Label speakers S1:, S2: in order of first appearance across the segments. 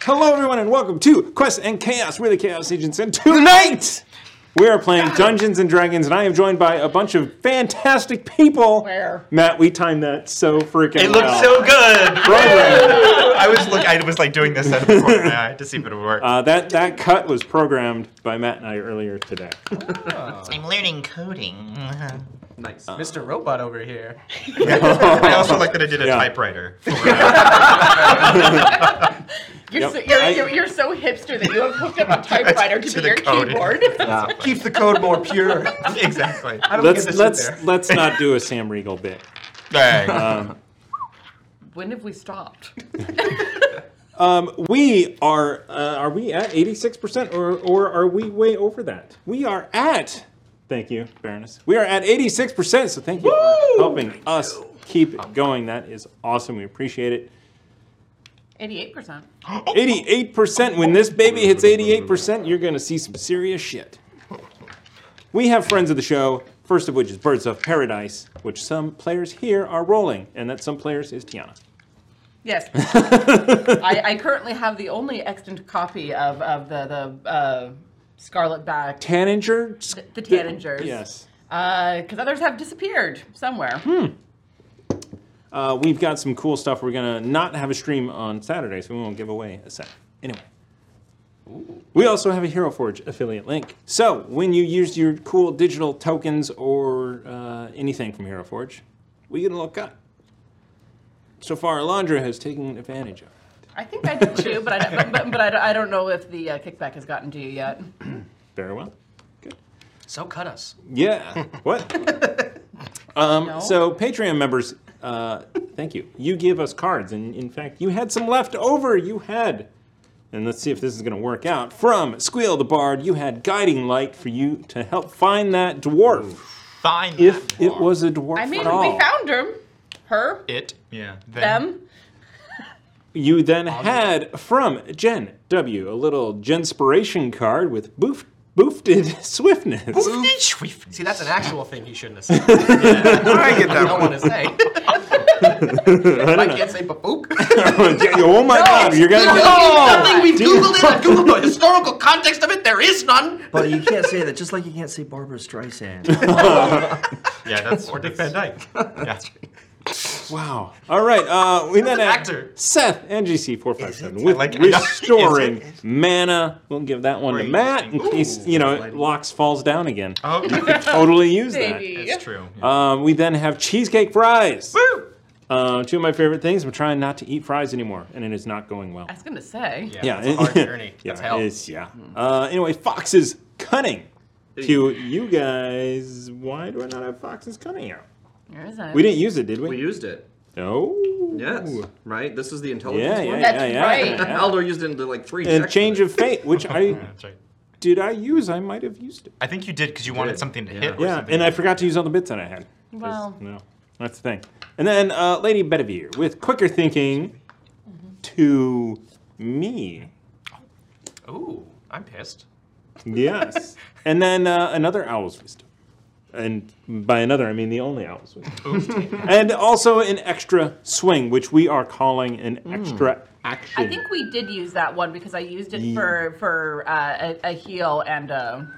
S1: Hello, everyone, and welcome to Quest and Chaos. We're the Chaos Agents, and tonight we are playing Dungeons and Dragons, and I am joined by a bunch of fantastic people. Where? Matt, we timed that so freaking
S2: It
S1: well.
S2: looked so good.
S1: Programmed.
S2: I was look. I was like doing this out of the corner of my eye to see if it would work.
S1: Uh, that that cut was programmed by Matt and I earlier today.
S3: I'm learning coding.
S2: Uh,
S4: Mr. Robot over here.
S2: I also like that I did a
S1: Yeah.
S2: typewriter.
S4: You're,
S1: Yep.
S4: so, you're,
S1: I-
S4: you're, you're so hipster that you have hooked up a typewriter to,
S2: To
S4: be
S2: the
S4: your
S2: code.
S4: keyboard.
S2: Keeps the code more pure. exactly. I don't
S1: Let's let's let's not do a Sam Regal bit.
S2: Dang.
S4: when have we stopped?
S1: We are uh, are we at eighty six percent or or are we way over that? We are at thank you, Baroness. We are at eighty six percent. So thank you for helping us keep it going. That is awesome. We appreciate it.
S4: 88%.
S1: Eighty eight percent. When this baby hits eighty eight percent, you're gonna see some serious shit. We have friends of the show. First of which is Birds of Paradise, which some players here are rolling, and that some players is Tiana.
S4: Yes. I, I currently have the only extant copy of, of the, the uh, Scarlet Back,
S1: Taninger.
S4: the Tanningers.
S1: Yes. Hmm.
S4: Because others have disappeared somewhere.
S1: Uh, we've got some cool stuff. We're gonna not have a stream on Saturday, so we won't give away a set. Anyway, we also have a Hero Forge affiliate link. So when you use your cool digital tokens or uh, anything from Hero Forge, we get a little cut. So far, Alondra has taken advantage of. it.
S4: I think I did too, but I, but, but I, I don't know if the uh, kickback has gotten to you yet.
S1: Very well.
S5: So cut us.
S1: Yeah. what? Um,
S4: No.
S1: So Patreon members, uh, thank you. You give us cards, and in fact, you had some left over. You had, and let's see if this is going to work out. From Squeal the Bard, you had guiding light for you to help find that dwarf,
S2: Fine.
S1: if it was a dwarf
S4: I mean,
S1: at
S4: we
S1: all.
S4: found him, her,
S2: it. Yeah.
S4: them.
S1: you then had from Jen W a little Jenspiration card with boof, boofted swiftness.
S2: See,
S5: See, that's an actual thing he shouldn't have said.
S2: I get that
S5: I don't
S2: one.
S5: want to say. I, can't say babook.
S1: oh my God! You're gonna get
S5: Nothing. We've Googled it. I've Googled the historical context of it. There is none.
S6: But you can't say that, just like you can't say Barbara Streisand.
S2: Yeah, that's or Dick Van Dyke. Yeah.
S1: Wow. All right. Uh, we then
S2: an
S1: have
S2: actor.
S1: Seth NGC four five seven
S2: I
S1: with
S2: like it.
S1: restoring
S2: Is it?
S1: mana. We'll give that one to
S2: Great.
S1: Matt in case you know
S2: Ooh.
S1: locks falls down again.
S2: Oh,
S1: Totally use
S4: Baby.
S2: it's true.
S1: Uh, that. Um, we then have cheesecake fries.
S2: Woo!
S1: Uh, two of my favorite things. I'm trying not to eat fries anymore, and it is not going well.
S4: I was gonna say.
S1: yeah, it's- yeah. Uh, anyway, foxes cunning. To you guys, why do I not have foxes cunning out?
S4: Where is that?
S1: We didn't use it, did we?
S6: We used it.
S1: No.
S6: Yes. Right? This is the intelligence
S1: Yeah, yeah,
S6: one?
S1: That's yeah, yeah, right. yeah.
S6: Haldor used it into like three
S1: And
S6: seconds.
S1: change of fate, which I did I use? I might have used it.
S7: I think you did because you wanted something to hit. Or
S1: Yeah,
S7: something.
S1: and I forgot to use all the bits that I had.
S4: Well,
S1: No, that's the thing. And then uh, Lady Bedivere with quicker thinking to me.
S7: Ooh, I'm pissed.
S1: Yes. and then uh, another owl's wisdom. And by another, I mean the only owl's wisdom. and also an extra swing, which we are calling an extra action.
S4: I think we did use that one because I used it
S1: Ye-
S4: for for uh, a, a heal and a,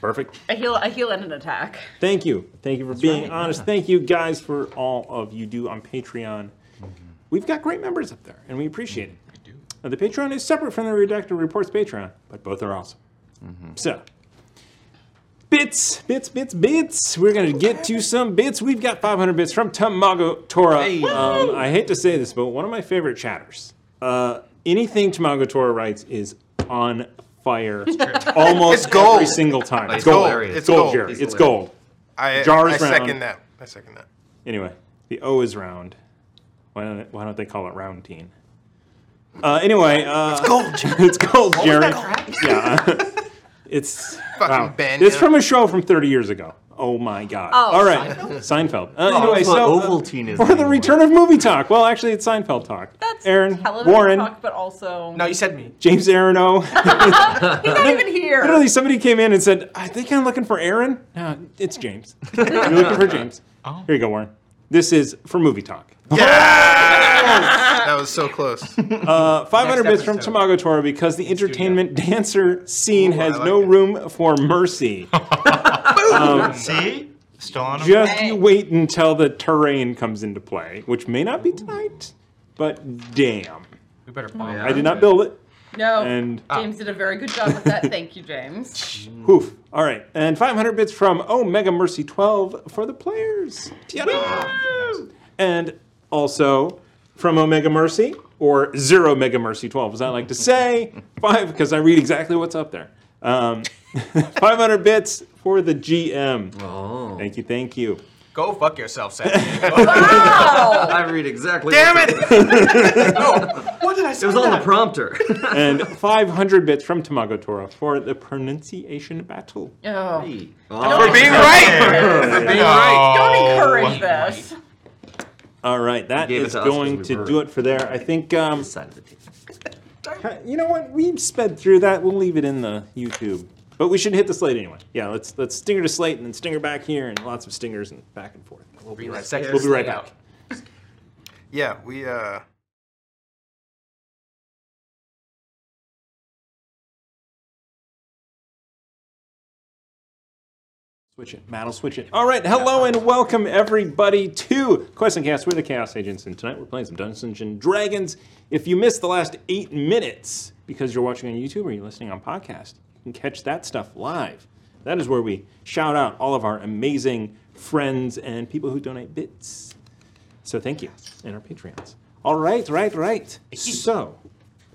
S1: Perfect.
S4: a heal a heal and an attack.
S1: Thank you. Thank you for being honest. Thank you guys for all of you do on Patreon. We've got great members up there, and we appreciate it. Now, the Patreon is separate from the Redacted Reports Patreon, but both are awesome.
S8: Mm-hmm.
S1: So, bits, bits, bits, bits. We're going to get to some bits. We've got 500 bits from Tamago Tora. Um, I hate to say this, but one of my favorite chatters. Uh, anything Tamago Tora writes is on fire almost
S8: It's gold.
S1: every single time.
S8: It's gold. It's gold.
S1: Jared.
S8: He's
S1: It's
S8: hilarious.
S1: gold.
S8: I,
S1: Oh. Jar
S8: I
S1: is round.
S8: second that. I second that.
S1: Anyway, the O is round. Why don't why don't they call it roundine? Uh, anyway, uh, it's gold. it's gold,
S8: What was
S1: Jared.
S8: that crap?
S1: Yeah, uh, it's
S8: Fucking
S1: wow.
S8: Ben.
S1: It's from a show from 30 years ago. Oh my God!
S8: Oh,
S1: All right,
S8: Seinfeld?
S1: Seinfeld.
S8: Oh,
S1: Uh,
S8: that's
S1: anyway,
S8: what
S1: so uh,
S8: Ovaltine is
S1: for the return of movie talk. Well, actually, it's Seinfeld talk. That's Aaron
S4: Television
S1: Warren,
S4: talk, but also
S8: No, you said me.
S1: James Aaron
S4: he's not even here.
S1: Literally, somebody came in and said, "I think I'm looking for Aaron." No, it's James. You're looking for James.
S7: Oh.
S1: Here you go, Warren. This is for movie talk.
S8: That was so close.
S1: Uh, 500 bits from Tamago Toro because the entertainment dancer scene has no room for mercy. Um,
S7: See, still on. 'em.
S1: Just you wait until the terrain comes into play, which may not be tonight, but damn.
S7: We better bomb.
S1: I did not build it.
S4: No,
S1: And-
S6: Ah.
S4: James did a very good job with that. Thank you, James.
S1: Oof. All right. And 500 bits from Omega Mercy 12 for the players. Ta-da! And also from Omega Mercy, or Zero Mega Mercy 12, as I like to say, five, because I read exactly what's up there. Um, 500 bits for the GM. Oh. Thank you, thank you.
S7: Go fuck yourself, Sam.
S6: I read exactly. Damn it!
S7: what did I
S6: It was on the prompter.
S1: and 500 bits from Tamago Toro for the pronunciation battle.
S4: Oh.
S1: For being right. For being right.
S6: Oh.
S4: Don't
S1: No.
S4: encourage this.
S1: All right, that
S6: gave it
S1: is
S6: to us
S1: going
S6: 'cause we
S1: to
S6: were-
S1: do it for there. I think. Um, Ca- you know what? We sped through that. We'll leave it in the YouTube, but we should hit the slate anyway. Yeah, let's let's stinger to slate and then stinger back here and lots of stingers and back and forth. We'll
S8: be right back.
S1: We'll be right back.
S8: Yeah, we uh
S1: Switch it. Matt will switch it. All right, hello and welcome everybody to Quest and Chaos. We're the Chaos Agents, and tonight we're playing some Dungeons and Dragons. If you missed the last eight minutes because you're watching on YouTube or you're listening on podcast, you can catch that stuff live. That is where we shout out all of our amazing friends and people who donate bits. So thank you, and our Patreons. All right, right, right. So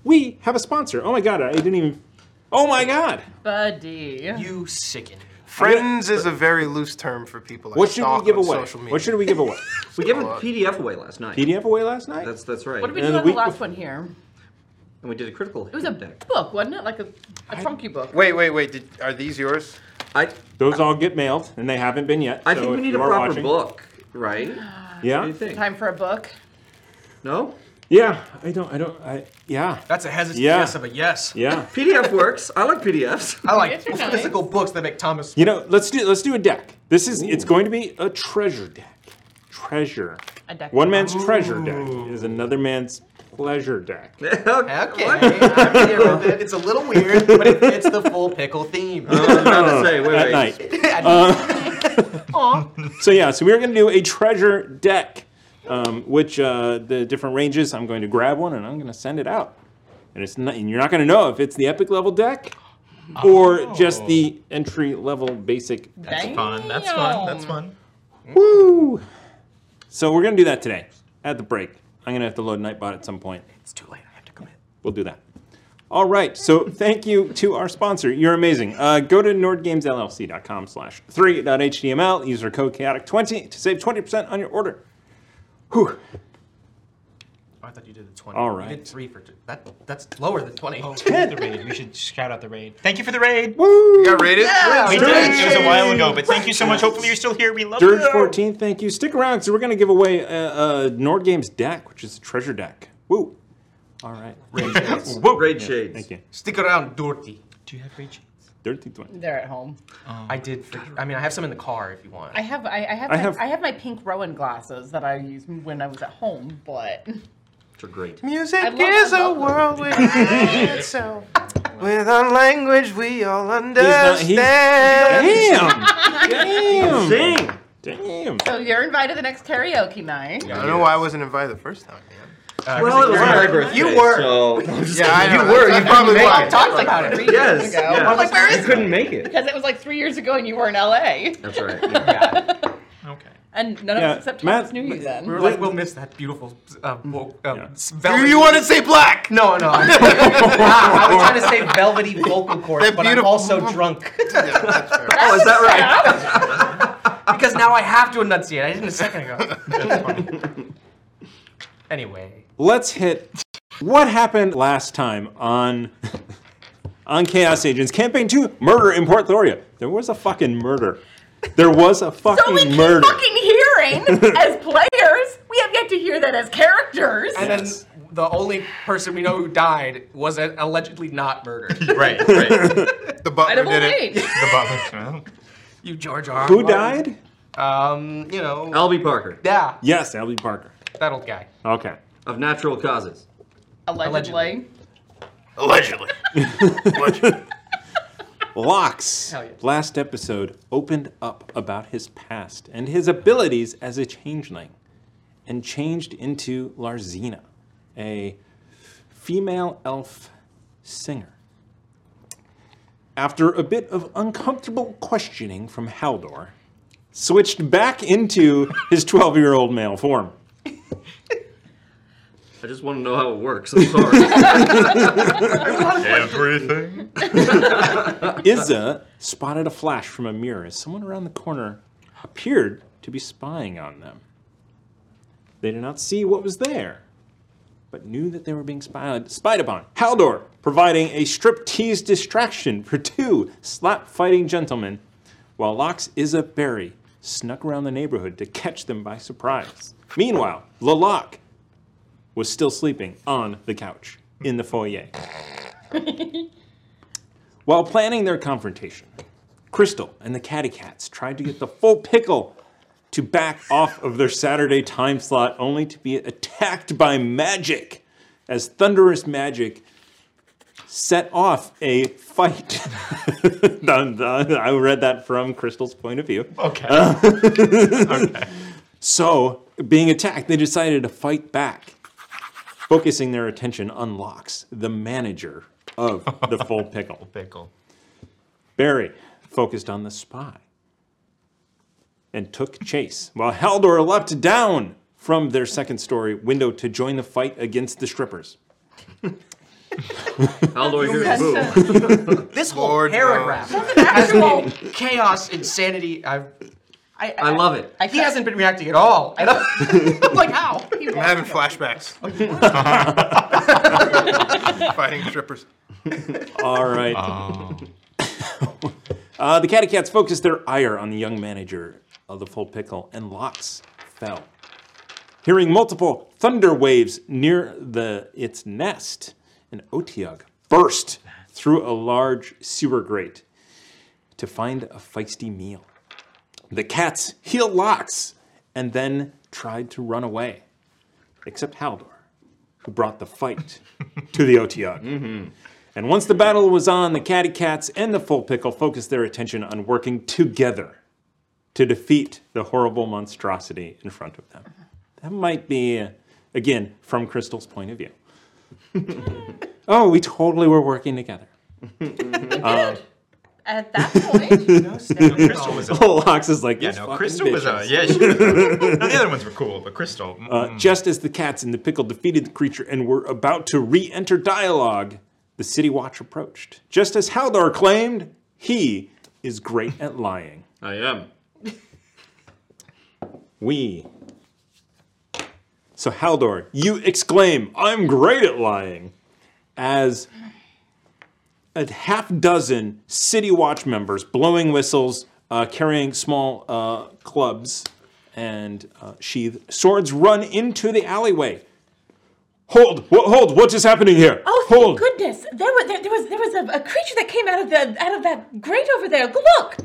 S1: we have a sponsor. Oh my God, I didn't even. Oh my God.
S4: Buddy. You
S7: sicken.
S8: friends is a very loose term for people. That
S1: What should
S8: stalk
S1: we give
S8: on
S1: away?
S8: Social media.
S1: What should we give away?
S6: we gave a PDF away last night.
S1: PDF away last night?
S6: That's that's right.
S4: What did we do on the last one here?
S6: And we did a critical
S4: It was a book, wasn't it? Like a, a trunky book.
S8: Wait, wait, wait. Did, are these yours?
S6: I
S1: Those all get mailed, and they haven't been yet.
S6: I
S1: so
S6: think we
S1: if
S6: need
S1: you
S6: a
S1: are
S6: proper
S1: watching-
S6: book, right?
S1: Yeah.
S4: Time for a book.
S6: No.
S1: Yeah, I don't. I don't. I yeah.
S7: That's a hesitant
S1: Yeah.
S7: yes of a yes.
S1: Yeah.
S6: PDF works. I like PDFs.
S2: Oh.
S7: I like
S4: are nice.
S7: physical books that make Thomas.
S1: You know, let's do let's do a deck. This is it's going to be a treasure deck. Treasure.
S4: A deck.
S1: One man's treasure deck is another man's pleasure deck.
S7: Okay, I'm here with it. It's a little weird, but it fits the full pickle theme.
S1: At night. Uh, so yeah, so we're going to do a treasure deck, um, which uh, the different ranges. I'm going to grab one and I'm going to send it out, and it's not, and you're not going to know if it's the epic level deck or just the entry level basic.
S7: That's fun. That's fun. That's fun.
S1: Woo! So we're going to do that today. at the break. I'm gonna have to load Nightbot at some point. It's too late. I have to commit. We'll do that. All right. So thank you to our sponsor. You're amazing. Uh, go to nordgamesllc.com slash 3.html. Use our code chaotic20 to save 20% on your order. Whew.
S7: Oh, I thought you did the 20.
S1: All
S7: You
S1: right.
S7: did three for two. That, that's lower than 20.
S1: the
S7: raid. We should shout out the raid. Thank you for the raid.
S1: Woo!
S7: You got raided?
S1: Yeah!
S7: Yeah!
S6: We did. It was a while ago, but thank you so much. Hopefully, you're still here. We love you.
S1: Dirge 14, thank you. Stick around because we're going to give away uh, uh, Nord Games deck, which is a treasure deck. Woo. All right. Raid
S6: Shades. Whoa. Raid
S1: Shades. Thank you.
S7: Stick around, Dorothy. Do you have raid shades?
S1: Dirty 20.
S4: They're at home.
S6: Oh.
S7: I did. For, I mean, I have some in the car if you want.
S4: I have I, I have
S7: I
S4: my,
S7: have-
S4: I have my pink Rowan glasses that I used when I was at home, but
S7: They're great.
S9: Music
S4: I love-
S9: is
S4: I
S9: a
S4: love
S9: world without sound. With a language we all
S1: not- he's-
S9: understand.
S1: Damn. Damn. Damn.
S4: so Oh, you're invited to the next karaoke night.
S9: I don't know why I wasn't invited the first time, man.
S7: Uh, Well, 'cause it was my
S9: you
S7: birthday,
S9: You were.
S7: so-
S6: Oh,
S9: yeah, I
S7: You
S9: know.
S7: were,
S9: That's
S7: you
S9: probably
S7: couldn't
S9: why.
S7: make it. Talked about it.
S4: Three
S7: Yes,
S4: years ago.
S7: yeah.
S4: I'm like, where is
S7: You couldn't make it.
S4: Because it was like three years ago and you were in LA.
S7: That's right.
S4: Okay. And none
S7: Yeah,
S4: of us except
S7: Matt-
S4: Thomas knew you then.
S7: We were like, we'll miss that beautiful. Uh, wo- um, s-
S9: You,
S7: velvety-
S9: you want to say black?
S7: No, no. I Ah, I was trying to say velvety vocal cords, but I'm also drunk. oh, is that right? because now I have to enunciate. I didn't a second ago. That's funny. Anyway,
S1: Let's hit what happened last time on on Chaos Agents Campaign 2 Murder in Port Thoria. There was a fucking murder. There was a
S4: So
S1: fucking
S4: we keep
S1: murder.
S4: fucking hearing as players. We have yet to hear that as characters.
S7: and then the only person we know who died was a- allegedly not murdered.
S6: Right, right.
S8: the
S4: I
S8: butler
S4: don't
S8: did it.
S4: believe.
S8: The butler.
S7: you, George R. R.
S1: Who
S7: Martin.
S1: died?
S7: Um, you know.
S6: Albie Parker.
S7: Yeah,
S1: Yes, Albie Parker.
S7: that old guy.
S1: Okay.
S6: Of natural causes.
S4: Allegedly.
S8: Allegedly.
S1: Locks,
S4: Hell yeah.
S1: last episode, opened up about his past and his abilities as a changeling and changed into Larzina, a female elf singer. After a bit of uncomfortable questioning from Haldor, switched back into his 12 year old male form.
S6: I just want to know how it works. I'm sorry. Everything.
S1: Izza spotted a flash from a mirror as someone around the corner appeared to be spying on them. They did not see what was there, but knew that they were being spied, spied upon. Haldor providing a striptease distraction for two slap fighting gentlemen, while Locke's Izza Berry snuck around the neighborhood to catch them by surprise. Meanwhile, Lalak was still sleeping on the couch in the foyer. While planning their confrontation, Crystal and the Catty Cats tried to get the full pickle to back off of their Saturday time slot, only to be attacked by magic as thunderous magic set off a fight. Dun, dun. I read that from Crystal's point of view.
S10: Okay.
S1: okay. So, being attacked, they decided to fight back, focusing their attention on Locks, the manager of the Full Pickle.
S10: Pickle.
S1: Barry focused on the spy and took chase, while Haldor leapt down from their second story window to join the fight against the strippers.
S6: Haldor hears
S1: boo.
S7: This whole
S1: Lord
S7: paragraph
S1: knows.
S7: has been chaos, insanity. I've, I,
S6: I love it.
S7: I he hasn't been reacting at all. I don't, I'm like, how?
S8: I'm having flashbacks. Fighting strippers.
S1: All right. uh, the Catty Cats focused their ire on the young manager of the Full Pickle, and Locks fell. Hearing multiple thunder waves near the its nest, an Otiug burst through a large sewer grate to find a feisty meal. The cats healed Locks and then tried to run away, except Haldor, who brought the fight to the Otiug. And once the battle was on, the Catty Cats and the Full Pickle focused their attention on working together to defeat the horrible monstrosity in front of them. That might be, uh, again, from Crystal's point of view. oh, we totally were working together. Um,
S4: At that point, no,
S6: Crystal was a-
S1: oh, Lox is like,
S6: Yeah,
S1: "These
S6: no,
S1: fucking
S6: Crystal was a-
S1: bitches."
S6: yeah, she was a- no, the other ones were cool, but Crystal,
S1: Uh, just as the cats in the pickle defeated the creature and were about to re enter dialogue, the City Watch approached. Just as Haldor claimed, he is great at lying.
S11: I am.
S1: We. So, Haldor, you exclaim, I'm great at lying, as a half dozen City Watch members blowing whistles, uh, carrying small uh, clubs and uh, sheathed swords run into the alleyway. Hold, wh- hold, what is happening here?
S10: Oh, thank
S1: hold.
S10: goodness! There was there, there was there was a, a creature that came out of the out of that grate over there. Look,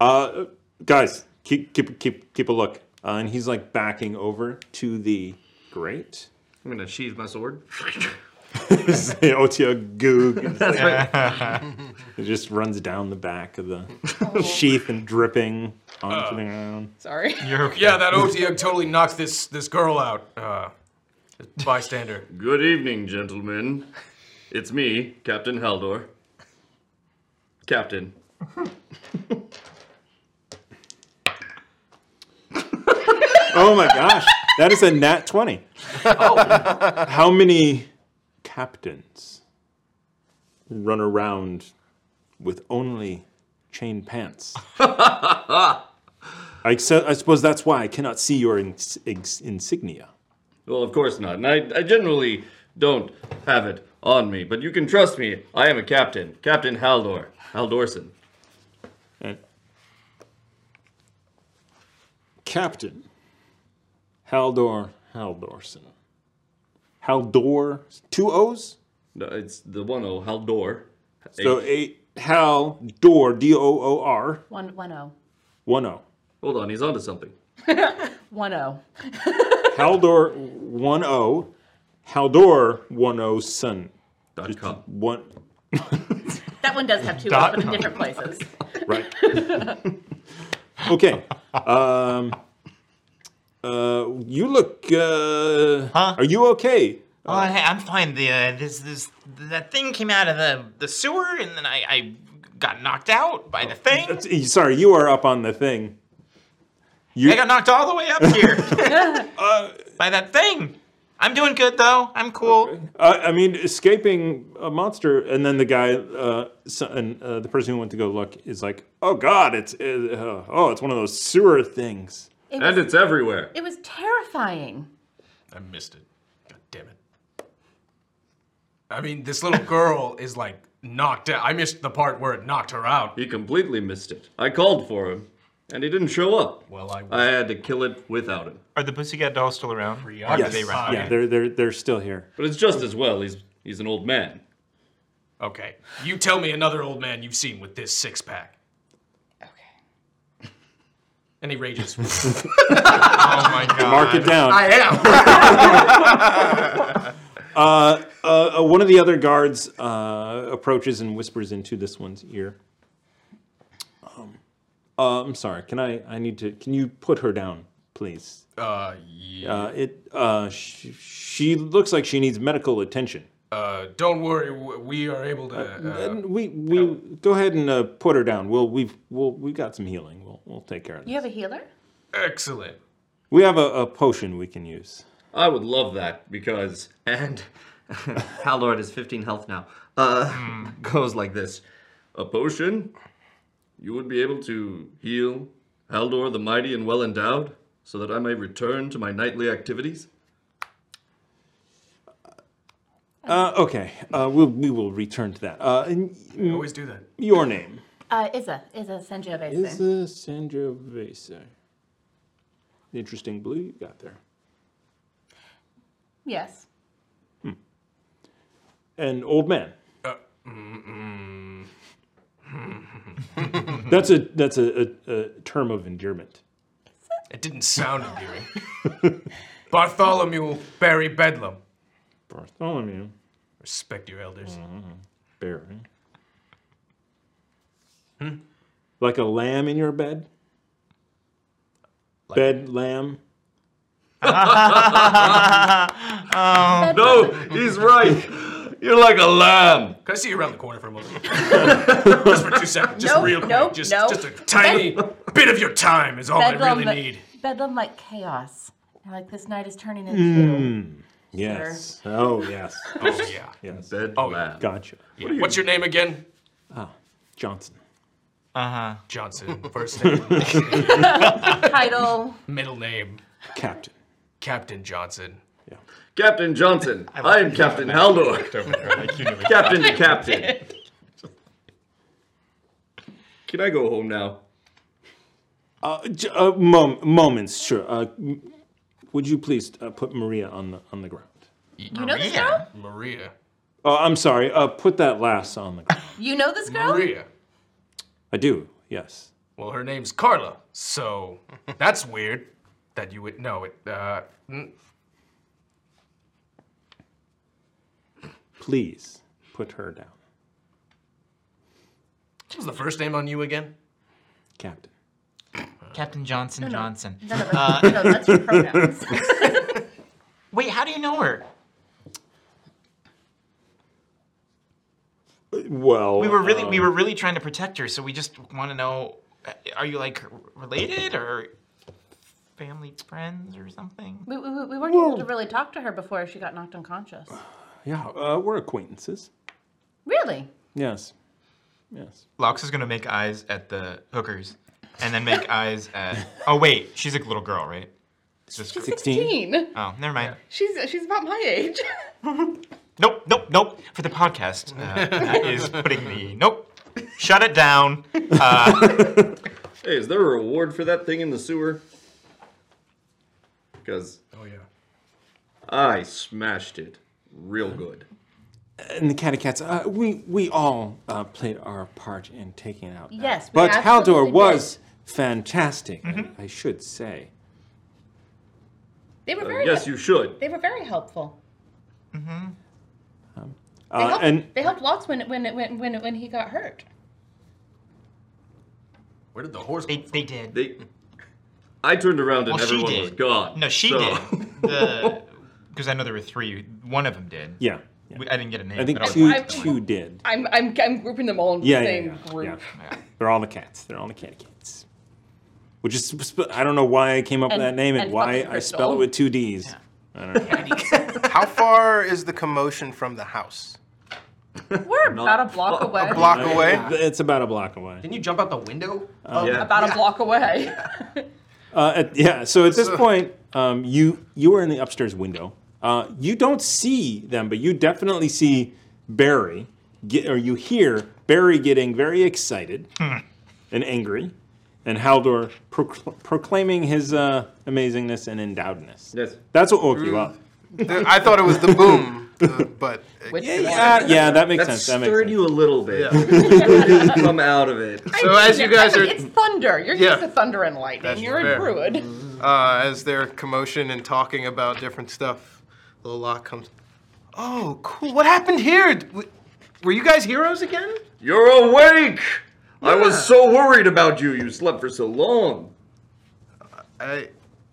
S1: Uh, guys, keep, keep, keep, keep a look. Uh, and he's like backing over to the grate.
S11: I'm gonna sheathe my sword.
S1: the Otia Goog.
S11: That's right.
S1: it just runs down the back of the sheath and dripping onto the ground.
S4: Sorry.
S8: Yeah, that OTUG totally knocked this this girl out. Uh, bystander.
S11: Good evening, gentlemen. It's me, Captain Haldor. Captain.
S1: Oh my gosh, that is a nat 20. How many captains run around with only chain pants? I, su- I suppose that's why I cannot see your ins- ex- insignia.
S11: Well, of course not. And I, I generally don't have it on me, but you can trust me. I am a captain. Captain Haldor. Haldorson.
S1: Captain Haldor Haldorson. Haldor, two O's?
S11: No, it's the one O, Haldor.
S1: So eight, Haldor, D O O R,
S4: One one oh.
S1: one O.
S11: Hold on, he's onto something.
S4: One oh.
S1: Haldor one O, Haldor one O son. Dot com. One
S10: that one does have two,
S1: Dot
S10: O's, but in
S1: com.
S10: different places.
S1: right. Okay. Um, uh, you look. Uh, Are you okay?
S6: Oh, hey, I'm fine. The uh, this this that thing came out of the the sewer, and then I I got knocked out by the thing.
S1: Eh, Sorry, you are up on the thing.
S6: I got knocked all the way up here Uh, by that thing. I'm doing good though. I'm cool.
S1: Uh, I mean, escaping a monster, and then the guy, uh, so, and uh, the person who went to go look is like, "Oh God, it's uh, uh, oh, it's one of those sewer things,
S10: It And was- it's
S11: everywhere."
S10: It was terrifying.
S8: I missed it.
S10: God damn it!
S8: I mean, this little girl is like knocked out. I missed the part where it knocked her out.
S11: He completely missed it. I called for him, and he didn't show up.
S8: Well, I
S11: I had to kill it without him.
S6: Are the pussycat dolls still around? Or did
S1: Yes.
S6: they run?
S1: Yeah, they're they're they're still here.
S11: But it's just as well. He's he's an old man.
S8: Okay, you tell me another old man you've seen with this six pack.
S7: And he rages.
S8: oh my god.
S1: Mark it down.
S7: I
S8: am.
S1: Uh, uh, uh, one of the other guards uh, approaches and whispers into this one's ear. Um, uh, I'm sorry. Can I? I need to. Can you put her down, please?
S8: Uh,
S1: Uh, it. Uh, she, she looks like she needs medical attention.
S8: uh, don't worry, w- we are able to. Uh,
S1: And we we go ahead and uh, put her down. We'll we've we'll, we've got some healing. We'll we'll take care of it.
S10: You have a healer?
S8: excellent.
S1: We have a, a potion we can use.
S11: I would love that because and Halord is 15 health now. Uh,
S8: Hmm.
S11: goes like this: a potion, you would be able to heal Haldor the mighty and well endowed, so that I may return to my nightly activities.
S1: Uh, okay, uh, we'll we will return to that. Uh, and,
S8: always do that.
S1: Your name
S10: Uh, Iza, Iza Sangiovese.
S1: is uh, Sangiovese. The interesting blue you got there.
S10: Yes.
S1: An old man.
S8: Uh, mm, mm.
S1: That's a that's a, a, a term of endearment.
S8: It didn't sound endearing. Bartholomew Barry Bedlam.
S1: Bartholomew.
S8: Respect your elders.
S1: Barry.
S8: Hmm?
S1: Like a lamb in your bed. Bed lamb.
S6: oh.
S11: no, he's right. You're like a lamb.
S8: Can I see you around the corner for a moment? just for two seconds. Just
S4: Nope,
S8: real quick.
S4: nope,
S8: just,
S4: nope.
S8: just a tiny bit of your time is all I really need.
S4: Bedlam like chaos. And, Like this night is turning into.
S1: Mm. Yes. Oh, yes.
S8: Oh, yeah.
S1: Yes.
S8: Oh, yeah.
S1: Gotcha.
S8: Yeah. What's your name again?
S1: Ah, Johnson.
S8: Uh
S6: Uh-huh.
S8: huh. Johnson. First name. last name.
S4: Title.
S8: Middle name.
S1: Captain.
S8: Captain Johnson.
S11: Captain Johnson. I, am Captain Haldor. Captain to Captain. Can I go home now?
S1: Uh, j- uh, mom- moments, sure. Uh, m- would you please uh, put Maria on the on the ground?
S4: You know this girl?
S8: Maria.
S1: Oh, I'm sorry. Uh, put that last on the ground.
S4: You know this girl?
S8: Maria.
S1: I do. Yes.
S8: Well, her name's Carla, so that's weird that you would know it. Uh, mm,
S1: Please put her down,
S8: what was the first name on you again?
S1: Captain.
S6: Captain Johnson Johnson.
S8: No, no,
S6: Uh,
S8: no, that's your pronouns.
S6: Wait, how do you know her?
S1: Uh, Well,
S6: we were really we
S1: um,
S6: were really trying to protect her, so we just want to know: uh, are you like related or family friends or something?
S4: We, we, we weren't able to really talk to her before she got knocked unconscious.
S1: Yeah, uh, we're acquaintances.
S4: Really?
S1: Yes. Yes.
S6: Lox is gonna make eyes at the hookers, and then make eyes at. Oh wait, she's a little girl, right?
S4: She's 16.
S6: Oh, never mind.
S4: She's she's about my age.
S6: Nope, nope, nope. For the podcast, uh, that is putting the nope. Shut it down. Uh,
S11: Hey, is there a reward for that thing in the sewer? Because.
S8: Oh, yeah.
S11: I smashed it real good.
S1: And the Catacats, uh, we we all uh, played our part in taking out. that.
S4: Yes, we
S1: but Haldor
S4: absolutely did. Mm-hmm.
S1: was fantastic. I should say.
S4: They were
S1: Uh,
S4: very
S1: yes, you should.
S4: They were very helpful. They
S1: Uh,
S4: helped,
S1: and
S4: they helped Lots when when when when when he got hurt.
S8: Where did the horse?
S6: They, they did.
S11: They. I turned around and
S6: Well, she
S11: everyone
S6: did.
S11: was gone.
S6: No, she
S11: so-
S6: did. Because I know there were three. One of them did.
S1: Yeah.
S6: We, I didn't get a name.
S1: I think
S6: but was
S1: two
S6: like,
S1: two did.
S4: I'm I'm I'm grouping them all into
S1: Yeah,
S4: the
S1: yeah,
S4: same
S1: yeah,
S4: group.
S1: yeah. They're all the cats. They're all the Catacats. Which is sp- I don't know why I came up
S4: And-
S1: with that name and,
S4: and
S1: why
S4: fucking
S1: I spell
S4: Crystal.
S1: it with two D's. I don't know.
S9: How far is the commotion from the house?
S4: We're about a block away.
S9: A block away.
S1: It's about a block away.
S12: Didn't you jump out the window?
S1: Um, Yeah.
S4: About a block away.
S1: Uh, at, yeah. So at this
S12: So-
S1: point, um, you you are in the upstairs window. Uh, you don't see them, but you definitely see Barry, get, or you hear Barry getting very excited
S6: Hmm.
S1: and angry, and Haldor procl- proclaiming his uh, amazingness and endowedness. Yes. That's what woke you up.
S9: The- I thought it was the boom, uh, but
S11: Yeah,
S1: yeah, yeah, that makes sense, that makes
S11: stirred
S1: sense.
S11: you a little bit. Come out of it.
S1: Uh,
S9: So as you guys are-
S4: it's thunder. You're
S9: Yeah.
S4: used to thunder and lightning.
S9: That's
S4: You're
S9: fair.
S4: a druid.
S9: uh, as their commotion and talking about different stuff, Lilac comes. Oh, cool! What happened here? W- Were you guys heroes again?
S11: You're awake! I was so worried about you. You slept for so long.
S9: I,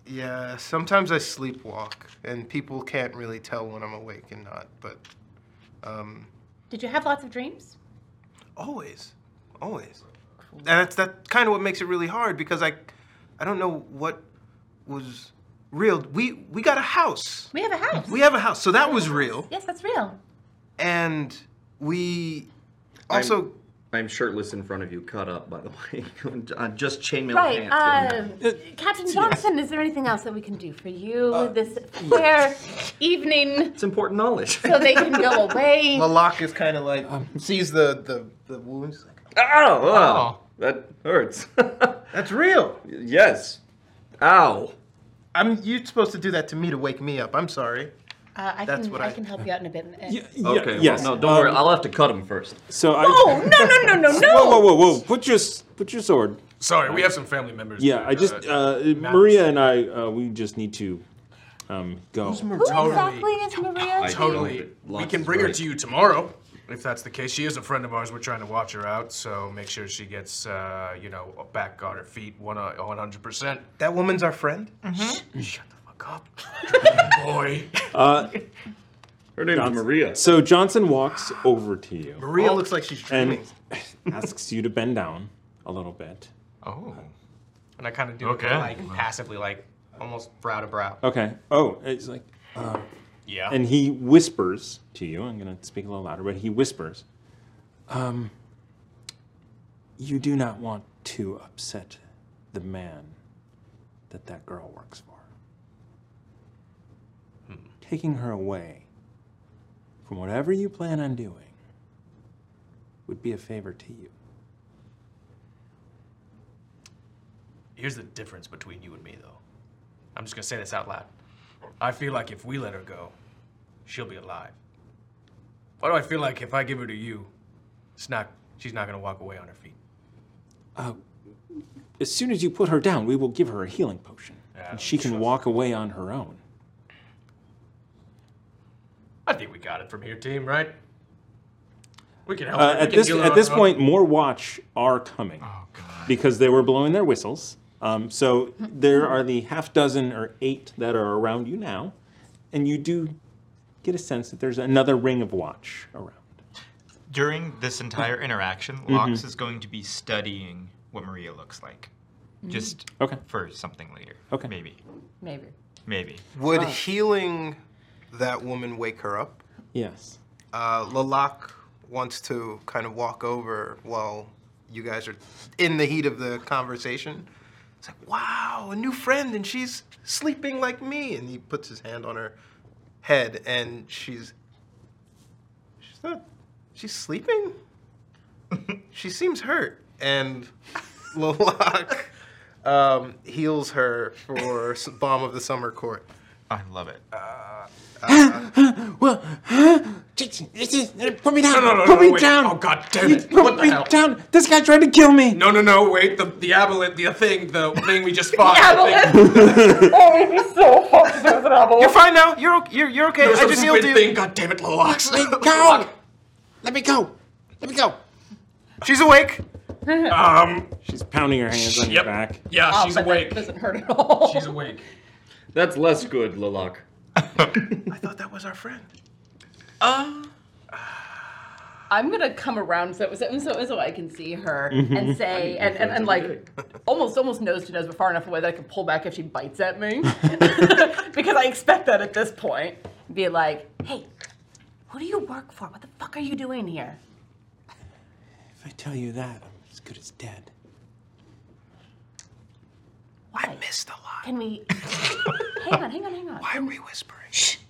S9: yeah. Sometimes I sleepwalk, and people can't really tell when I'm awake and not. But, um,
S4: Did you have lots of dreams?
S9: always, always. And that's that kind of what makes it really hard because I, I don't know what was real. We we got a house.
S4: We have a house.
S9: We have a house, so that was real.
S4: Yes, that's real.
S9: And we
S11: I'm-
S9: also
S11: I'm shirtless in front of you, cut up, by the way. I'm just chainmail
S4: Right.
S6: um,
S4: Uh,
S11: pants.
S4: Captain Johnson, is there anything else that we can do for you this fair evening
S11: it's important knowledge.
S4: so they can go away?
S9: Malak is kind of like sees the the the wounds. Like,
S11: Ow! wow. That hurts.
S9: That's real.
S11: Yes. Ow.
S9: I'm. You're supposed to do that to me to wake me up. I'm sorry.
S4: Uh, I
S9: That's
S4: can
S9: what
S4: I,
S9: I-
S4: can help you out in a bit.
S11: Okay. well,
S1: yes,
S11: no, don't worry.
S1: um,
S11: I'll have to cut him first.
S1: So I,
S4: Oh no no no no no!
S1: Whoa, whoa, whoa, whoa! Put your s- put your sword.
S8: Sorry, we have some family members.
S1: Yeah, I just uh, Maria and I uh, we just need to um, go.
S4: Who exactly is Maria?
S8: totally. We can bring her to you tomorrow, if that's the case. She is a friend of ours. We're trying to watch her out, so make sure she gets, uh, you know, back on her feet, one hundred percent.
S9: That woman's our friend.
S8: Boy.
S1: Uh,
S11: Her name's
S1: Johnson-
S11: Maria.
S1: So Johnson walks over to you.
S7: Maria looks like she's
S1: and
S7: dreaming.
S1: asks you to bend down a little bit.
S7: Oh. And I kind of do
S1: Okay.
S7: it like passively, like almost brow to brow.
S1: Okay. Oh, it's like. Uh,
S7: Yeah.
S1: And he whispers to you. I'm gonna speak a little louder, but he whispers, um, "You do not want to upset the man that that girl works for. Taking her away from whatever you plan on doing would be a favor to you."
S8: Here's the difference between you and me, though. I'm just gonna say this out loud. I feel like if we let her go, she'll be alive. Why do I feel like if I give her to you, it's not she's not gonna walk away on her feet?
S1: Uh, as soon as you put her down, we will give her a healing potion, and she can walk away on her own.
S8: I think we got it from here, team. Right? We can help.
S1: Uh,
S8: her. We
S1: at
S8: can
S1: this
S8: heal her
S1: at
S8: on
S1: this
S8: her own.
S1: point, more watch are coming
S8: Oh,
S1: because they were blowing their whistles. Um, so there are the half dozen or eight that are around you now, and you do get a sense that there's another ring of watch around.
S6: During this entire interaction,
S1: Mm-hmm.
S6: Locks is going to be studying what Maria looks like.
S4: Mhm.
S6: Just
S1: okay.
S6: for something later.
S1: Okay.
S6: Maybe.
S4: Maybe.
S6: Maybe.
S9: Would healing that woman wake her up?
S1: Yes.
S9: Uh, Lalak wants to kind of walk over while you guys are in the heat of the conversation. It's like, wow, a new friend, and she's sleeping like me. And he puts his hand on her head, and she's she's not she's sleeping. she seems hurt, and Lalak um, heals her for s- bomb of the summer court.
S6: I love it.
S1: well, put me
S8: No,
S1: down.
S8: no, no,
S1: put
S8: no,
S1: me
S8: wait.
S1: down.
S8: Oh God damn
S1: You
S8: it!
S1: Put
S8: What the
S1: me
S8: hell?
S1: down. This guy tried to kill me.
S8: No, no, no. Wait. The the aboleth, the thing, the thing we just fought. the thing.
S4: oh, it'd be so fucked with an apple.
S9: You're fine now. You're you're, you're okay.
S8: There was
S9: I
S8: some
S9: just healed
S8: squid
S9: you.
S8: thing. God damn it, Lalax.
S9: go.
S1: Let me go. Let me go.
S9: She's awake.
S8: um.
S1: She's pounding her hands on your back.
S8: Yeah,
S4: she's awake. That doesn't hurt at all.
S8: She's awake.
S11: That's less good, Lalak.
S8: Uh,
S9: That was our friend.
S4: Uh, I'm gonna come around so so so, so I can see her
S1: Mhm.
S4: and say and, and, and like almost almost nose to nose but far enough away that I can pull back if she bites at me because I expect that at this point. Be like, hey, who do you work for? What the fuck are you doing here?
S1: If I tell you that, I'm as good as dead.
S4: Why? I missed a lot. Can we? hang on, hang on, hang on. Why are we whispering?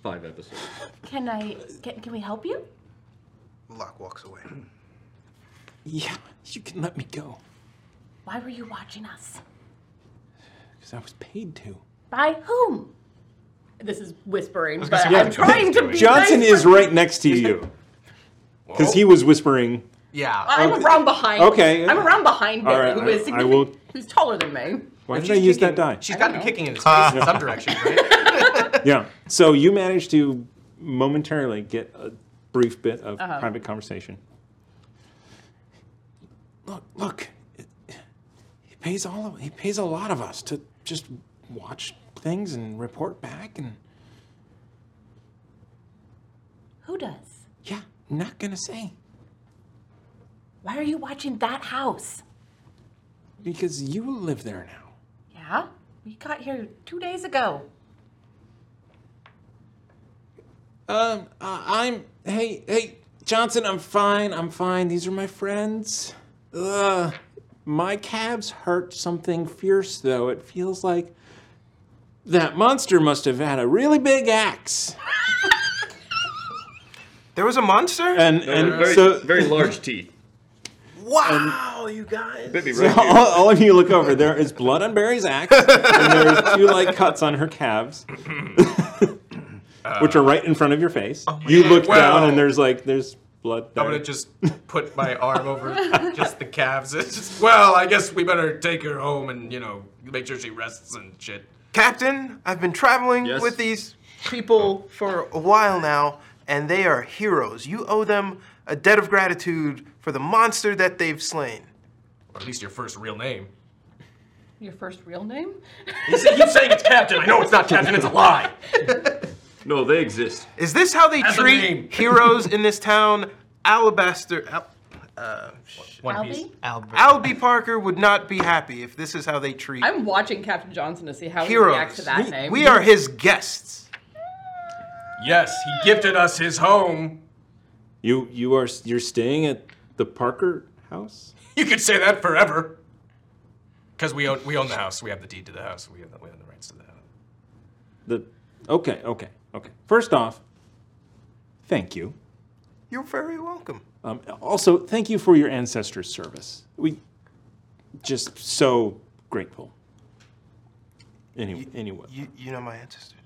S11: Five episodes.
S4: Can I? Can, can we help you?
S9: Locke walks away.
S1: Yeah, you can let me go
S4: Why were you watching us?
S1: because I was paid to.
S4: By whom? This is whispering,
S1: gonna
S4: but
S1: say,
S4: I'm
S1: what-
S4: trying to be
S1: Johnson
S4: nice.
S1: is right next to you because he was whispering.
S8: Yeah.
S4: I'm
S1: Okay.
S4: around behind.
S1: Okay.
S4: I'm around behind
S1: All
S4: Billy,
S1: right,
S4: who
S1: I-
S4: is
S1: I
S4: significant,
S1: will-
S4: who's taller than me.
S1: Why did I use that die?
S8: She's
S4: got
S8: to be kicking in his face in some direction, right?
S1: yeah. So you managed to momentarily get a brief bit of
S8: Uh-huh.
S1: private conversation. Look, look. it- He pays all of, he pays a lot of us to just watch things and report back and
S4: Who does?
S1: Yeah. not going to say
S4: Why are you watching that house?
S1: because you will live there now.
S4: Yeah, we got here two days ago.
S1: Um, uh, I'm. Hey, hey, Johnson, I'm fine. I'm fine. These are my friends. Ugh. My calves hurt something fierce, though. It feels like that monster must have had a really big axe.
S9: There was a monster?
S1: And,
S11: No,
S1: and
S11: very,
S1: so.
S11: very large teeth.
S9: Wow, you guys.
S11: Maybe
S1: So
S11: right
S1: all,
S11: here.
S1: all of you look over. There is blood on Barry's axe, and there's two like cuts on her calves, which are right in front of your face. you look
S8: Wow.
S1: down, and there's like there's blood.
S8: I'm
S1: there.
S8: gonna just put my arm over just the calves. It's just, well, I guess we better take her home and you know make sure she rests and shit.
S9: Captain, I've been traveling
S8: Yes?
S9: with these people for a while now, and they are heroes. You owe them a debt of gratitude for the monster that they've slain.
S8: Or at least your first real name.
S4: Your first real name?
S8: He keeps saying it's Captain. I know it's not Captain. It's a lie.
S11: No, they exist.
S9: Is this how they
S11: That's a name.
S9: treat heroes in this town? Alabaster. Al- uh,
S4: One Piece. Albie?
S9: Albie? Albie Parker would not be happy if this is how they treat
S4: I'm watching Captain Johnson to see how
S9: heroes.
S4: he reacts to that
S9: we,
S4: name.
S9: we are his guests.
S8: Yes, he gifted us his home.
S1: You you are you're staying at the Parker house?
S8: You could say that forever. Because we own, we own the house. We have the deed to the house. We have the, we own the rights to the house.
S1: The okay, okay, okay. First off, thank you.
S9: You're very welcome.
S1: Um, also, thank you for your ancestors' service. We just so grateful. Anyway, anyway,
S9: You, you know my ancestors.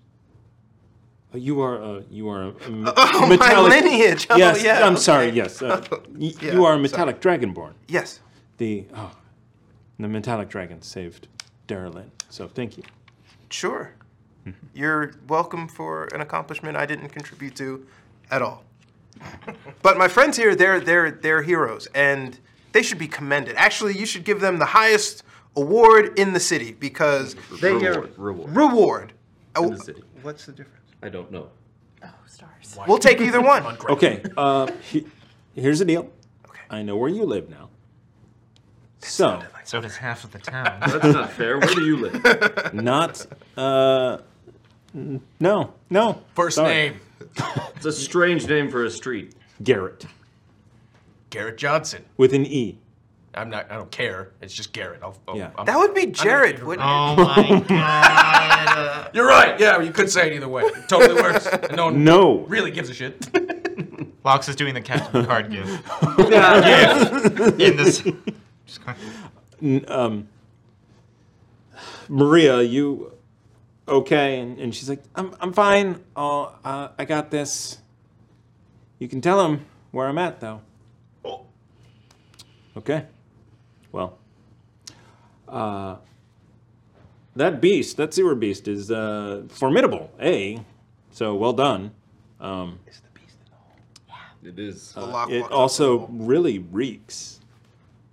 S1: Uh, you are a you are a, a me-
S9: Oh, my lineage. Oh,
S1: yes,
S9: yeah,
S1: I'm
S9: okay.
S1: sorry. Yes, uh, y-
S9: Yeah,
S1: you are a
S9: sorry.
S1: metallic dragonborn.
S9: Yes.
S1: The oh, the metallic dragon saved Darylin. So thank you.
S9: Sure. You're welcome for an accomplishment I didn't contribute to at all. but my friends here, they're they're they're heroes and they should be commended. Actually, you should give them the highest award in the city because they
S11: Reward,
S9: are
S11: reward.
S9: reward.
S11: In the city.
S9: What's the difference?
S11: I don't know.
S9: We'll take either one.
S1: Okay. Uh, he- here's the deal. Okay. I know where you live now. so
S6: So does half of the town.
S11: That's not fair. Where do you live?
S1: not. Uh, n- no. No.
S8: First
S1: Sorry.
S8: name
S11: It's a strange name for a street.
S1: Garrett
S8: Garrett Johnson.
S1: with an E.
S8: I'm not. I don't care. It's just Garrett. I'll, I'll,
S1: Yeah.
S8: I'm-
S1: That would be
S8: I'm gonna
S1: Jared,
S8: give it-
S1: wouldn't it? Oh my God.
S8: You're right. Yeah, you could say it either way. It totally works. And No. One
S1: No.
S8: Really gives a shit.
S6: Lox is doing the Captain Picard give.
S1: Yeah.
S6: Give. In this.
S1: N- um, Maria, you okay? And, and she's like, I'm, I'm fine. I'll, uh, I got this. You can tell him where I'm at, though. Okay. Well, uh, that beast, that sewer beast, is uh, formidable, A. So well done. Um,
S11: It is.
S1: uh, it also really reeks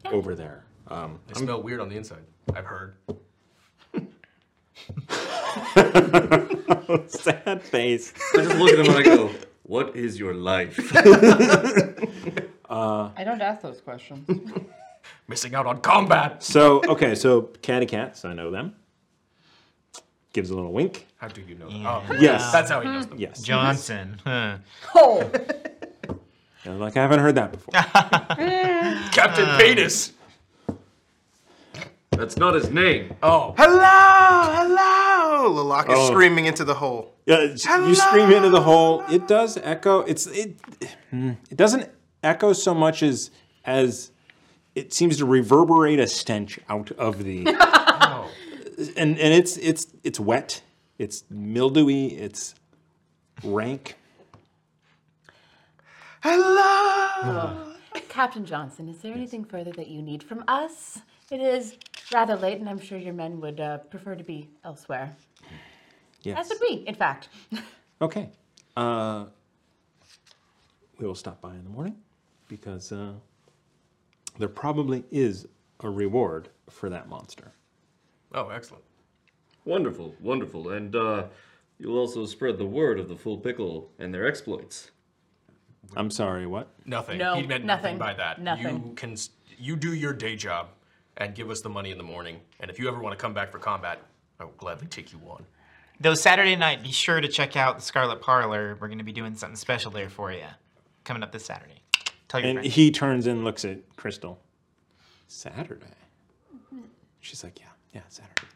S1: over there. Um,
S8: They smell weird on the inside. I've heard.
S1: Sad face.
S11: I just look at him and I go, "What is your life?"
S1: uh,
S4: I don't ask those questions.
S8: Missing out on combat.
S1: so okay, so catty cats, I know them. Gives a little wink.
S8: How do you know?
S1: Oh, Yes.
S8: That's how he knows them.
S1: Yes.
S6: Johnson. Huh.
S4: Oh.
S1: And I'm like I haven't heard that before.
S8: Captain
S7: Uh,
S8: Venus.
S11: That's not his name.
S8: Oh.
S9: Hello, hello. Lalak is
S1: Oh.
S9: screaming into the hole.
S1: Yeah, it's- you scream into the hole. It does echo. It's it. hmm, It doesn't echo so much as as it seems to reverberate a stench out of the. And and it's it's it's wet. It's mildewy. It's rank.
S10: Hello! Captain Johnson, is there anything further that you need from us? It is rather late, and I'm sure your men would uh, prefer to be elsewhere.
S1: Yes.
S10: As would we, in fact.
S1: Okay. Uh, we will stop by in the morning because uh, there probably is a reward for that monster.
S8: Oh, excellent.
S11: Wonderful, wonderful, and uh, you'll also spread the word of the Full Pickle and their exploits.
S1: I'm sorry, what?
S8: Nothing.
S4: No,
S8: he meant nothing.
S4: nothing.
S8: by that. You
S4: Nothing.
S8: can s- you do your day job and give us the money in the morning. And if you ever want to come back for combat, I will gladly take you on.
S6: Though Saturday night, be sure to check out the Scarlet Parlor. We're going to be doing something special there for you. Coming up this Saturday. Tell your
S1: And
S6: friends.
S1: he turns and looks at Crystal. Saturday. She's like, yeah, yeah, Saturday.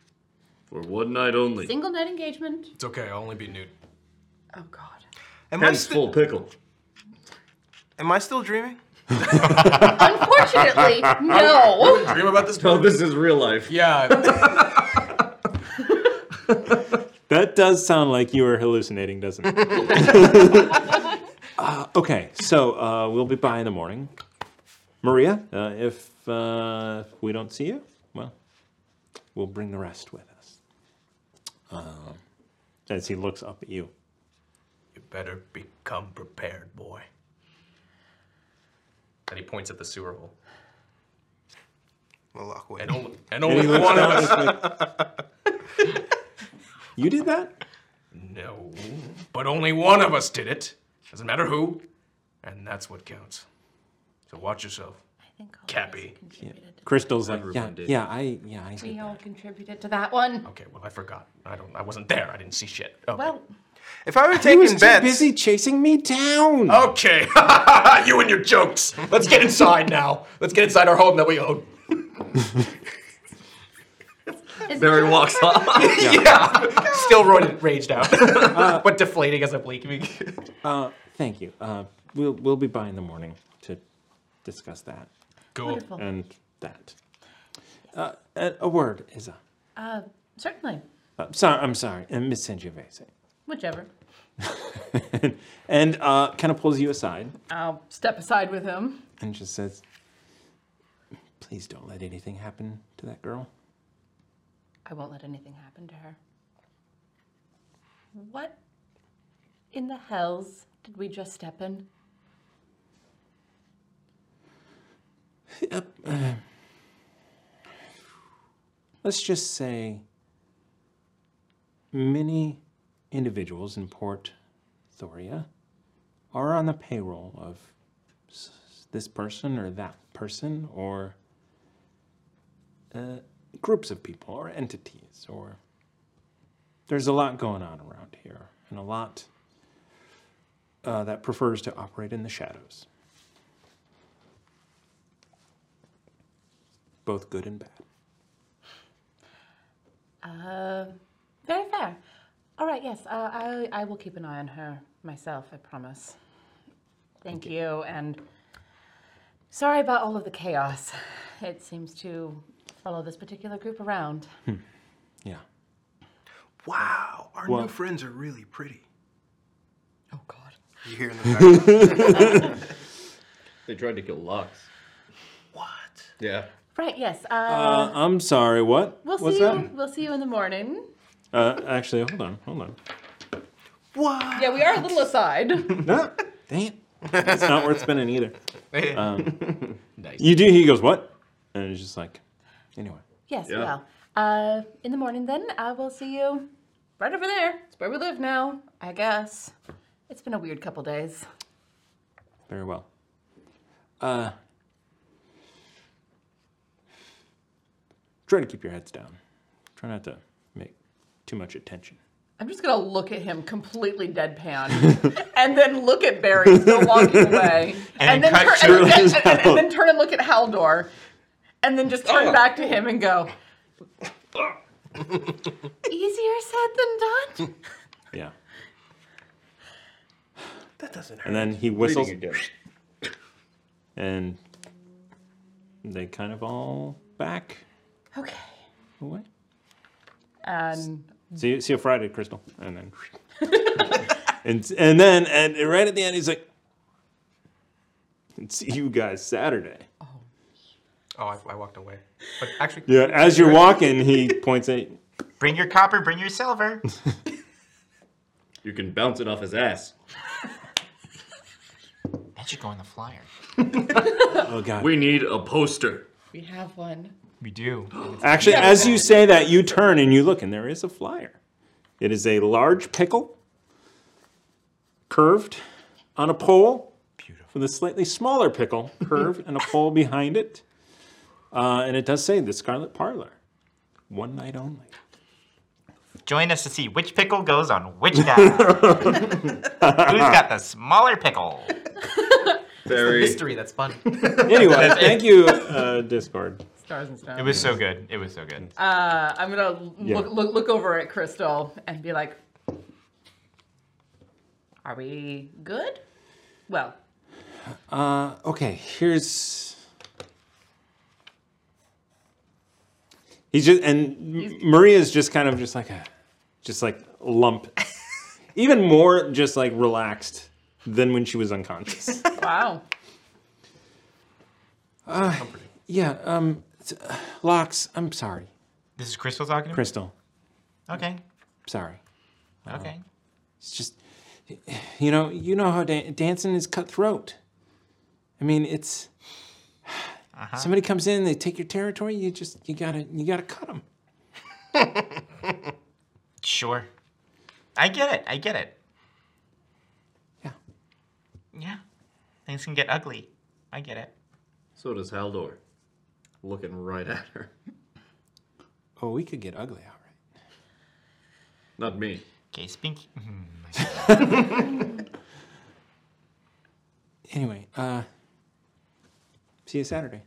S11: For one night only.
S10: Single night engagement.
S8: It's okay. I'll only be nude.
S10: Oh, God.
S9: Am I
S11: Hence
S9: still
S11: Full Pickle.
S9: am I still dreaming?
S10: Unfortunately, no.
S8: Dream about this.
S11: No, this is real life.
S8: Yeah.
S1: That does sound like you are hallucinating, doesn't it? uh, okay, so uh, we'll be by in the morning. Maria, uh, if uh, if we don't see you, well, we'll bring the rest with us. Um, as he looks up at you.
S8: you better become prepared, boy. And he points at the sewer hole. And only, and
S1: And he
S8: only
S1: looks
S8: one of
S1: down
S8: us.
S1: and he's like, You did that?
S8: No. But only one of us did it. Doesn't matter who. And that's what counts. So watch yourself. Cappy.
S1: Crystal's like, yeah,
S8: Everyone did.
S1: yeah, I, yeah, I.
S10: We all contributed to that one.
S8: Okay, well I forgot. I don't I wasn't there. I didn't see shit. Oh, Okay.
S10: Well,
S9: If I were
S1: He was
S9: taking
S1: too
S9: bets,
S1: busy chasing me down.
S8: Okay. you and your jokes. Let's get inside now. Let's get inside our home that we own.
S11: Barry walks off.
S8: yeah. Still roid- raged out. but deflating as I'm leaving.
S1: Uh, thank you. Uh, we'll we'll be by in the morning to discuss that.
S8: Cool. Wonderful.
S1: And that. Uh, a, a word, Isa.
S10: Uh, certainly.
S1: Uh, sorry, I'm sorry, and Miss Sangiovese.
S10: Whichever.
S1: and uh, kind of pulls you aside
S4: I'll step aside with him.
S1: and just says, "Please don't let anything happen to that girl."
S10: I won't let anything happen to her. What in the hells did we just step in?
S1: Uh, let's just say many individuals in Port Thoria are on the payroll of s- this person or that person or uh, groups of people or entities or there's a lot going on around here and a lot uh, that prefers to operate in the shadows both good and bad
S10: Uh, very fair. All right, yes, uh, I, I will keep an eye on her myself, I promise. Thank you, and sorry about all of the chaos. It seems to follow this particular group around.
S1: yeah
S9: wow, our
S1: Well-
S9: new friends are really pretty.
S10: Oh,
S1: you
S9: hear in
S11: they tried to kill Lux. What? Yeah.
S10: Right, yes. Uh,
S1: Uh, I'm sorry. What?
S10: we'll
S1: What's
S10: see you.
S1: that?
S10: We'll see you in the morning.
S1: Uh, actually, hold on, hold on.
S10: What? Yeah, we are a little aside.
S1: No, dang it. It's not worth spending either. Um,
S8: nice.
S1: You do. He goes what? And it's just like, anyway.
S10: Yes,
S1: Yeah.
S10: well, uh, in the morning then, I will see you right over there. It's where we live now, I guess. It's been a weird couple days.
S1: Very well. Uh, try to keep your heads down. Try not to make too much attention.
S4: I'm just gonna look at him completely deadpan, and then look at Barry still walking away,
S1: And
S4: then
S1: cut
S4: turn, and,
S1: to
S4: and-
S1: his
S4: and- and then
S1: mouth.
S4: turn and look at Haldor, and then just
S1: Oh.
S4: turn back to him and go.
S10: Easier said than done.
S1: Yeah.
S9: That doesn't
S1: And then he
S9: Bleeding
S1: whistles.
S9: again.
S1: And they kind of all back
S10: Okay.
S1: away.
S4: And
S1: See you, see you Friday, Crystal. And then, and and then, and right at the end, he's like, "And "See you guys Saturday."
S8: Oh, I, I walked away. But actually
S1: Yeah. As you're walking, he points at.
S6: Bring your copper, bring your silver.
S11: You can bounce it off his ass.
S6: That should go on the flyer.
S1: Oh God.
S11: We need a poster.
S10: We have one.
S6: We do.
S1: Actually, as you say that, you turn and you look, and there is a flyer. It is a large pickle, curved, on a pole, with a slightly smaller pickle curved and a pole behind it, uh, and it does say the Scarlet Parlor, one night only.
S6: Join us to see which pickle goes on which down. Who's got the smaller pickle?
S1: Very-
S6: mystery that's fun.
S1: anyway, thank you, uh, Discord.
S4: Stars and stones.
S6: It was so good. It was so good.
S4: Uh, I'm gonna
S1: Yeah.
S4: look, look look over at Crystal and be like, "Are we good? Well,
S1: Uh, okay, here's. He's just and M- Maria's just kind of just like a, just like lump, even more just like relaxed than when she was unconscious.
S4: wow,
S1: Uh, yeah, um, it's- uh, Locks. I'm sorry,
S6: This is Crystal talking to me?
S1: Crystal.
S6: Okay.
S1: Sorry.
S8: Oh.
S1: Uh,
S6: Okay.
S1: It's just, you know, you know how dan- dancing is cutthroat. I mean, it's somebody comes in, they take your territory. You just you gotta you gotta cut them.
S6: Sure. I get it. I get it. Yeah. Things can get ugly. I get it.
S11: So does Haldor, looking right at her.
S1: Oh, we could get ugly, all right.
S11: Not me.
S6: Okay, Mm-hmm. Spinky.
S1: Anyway, uh, see you Saturday.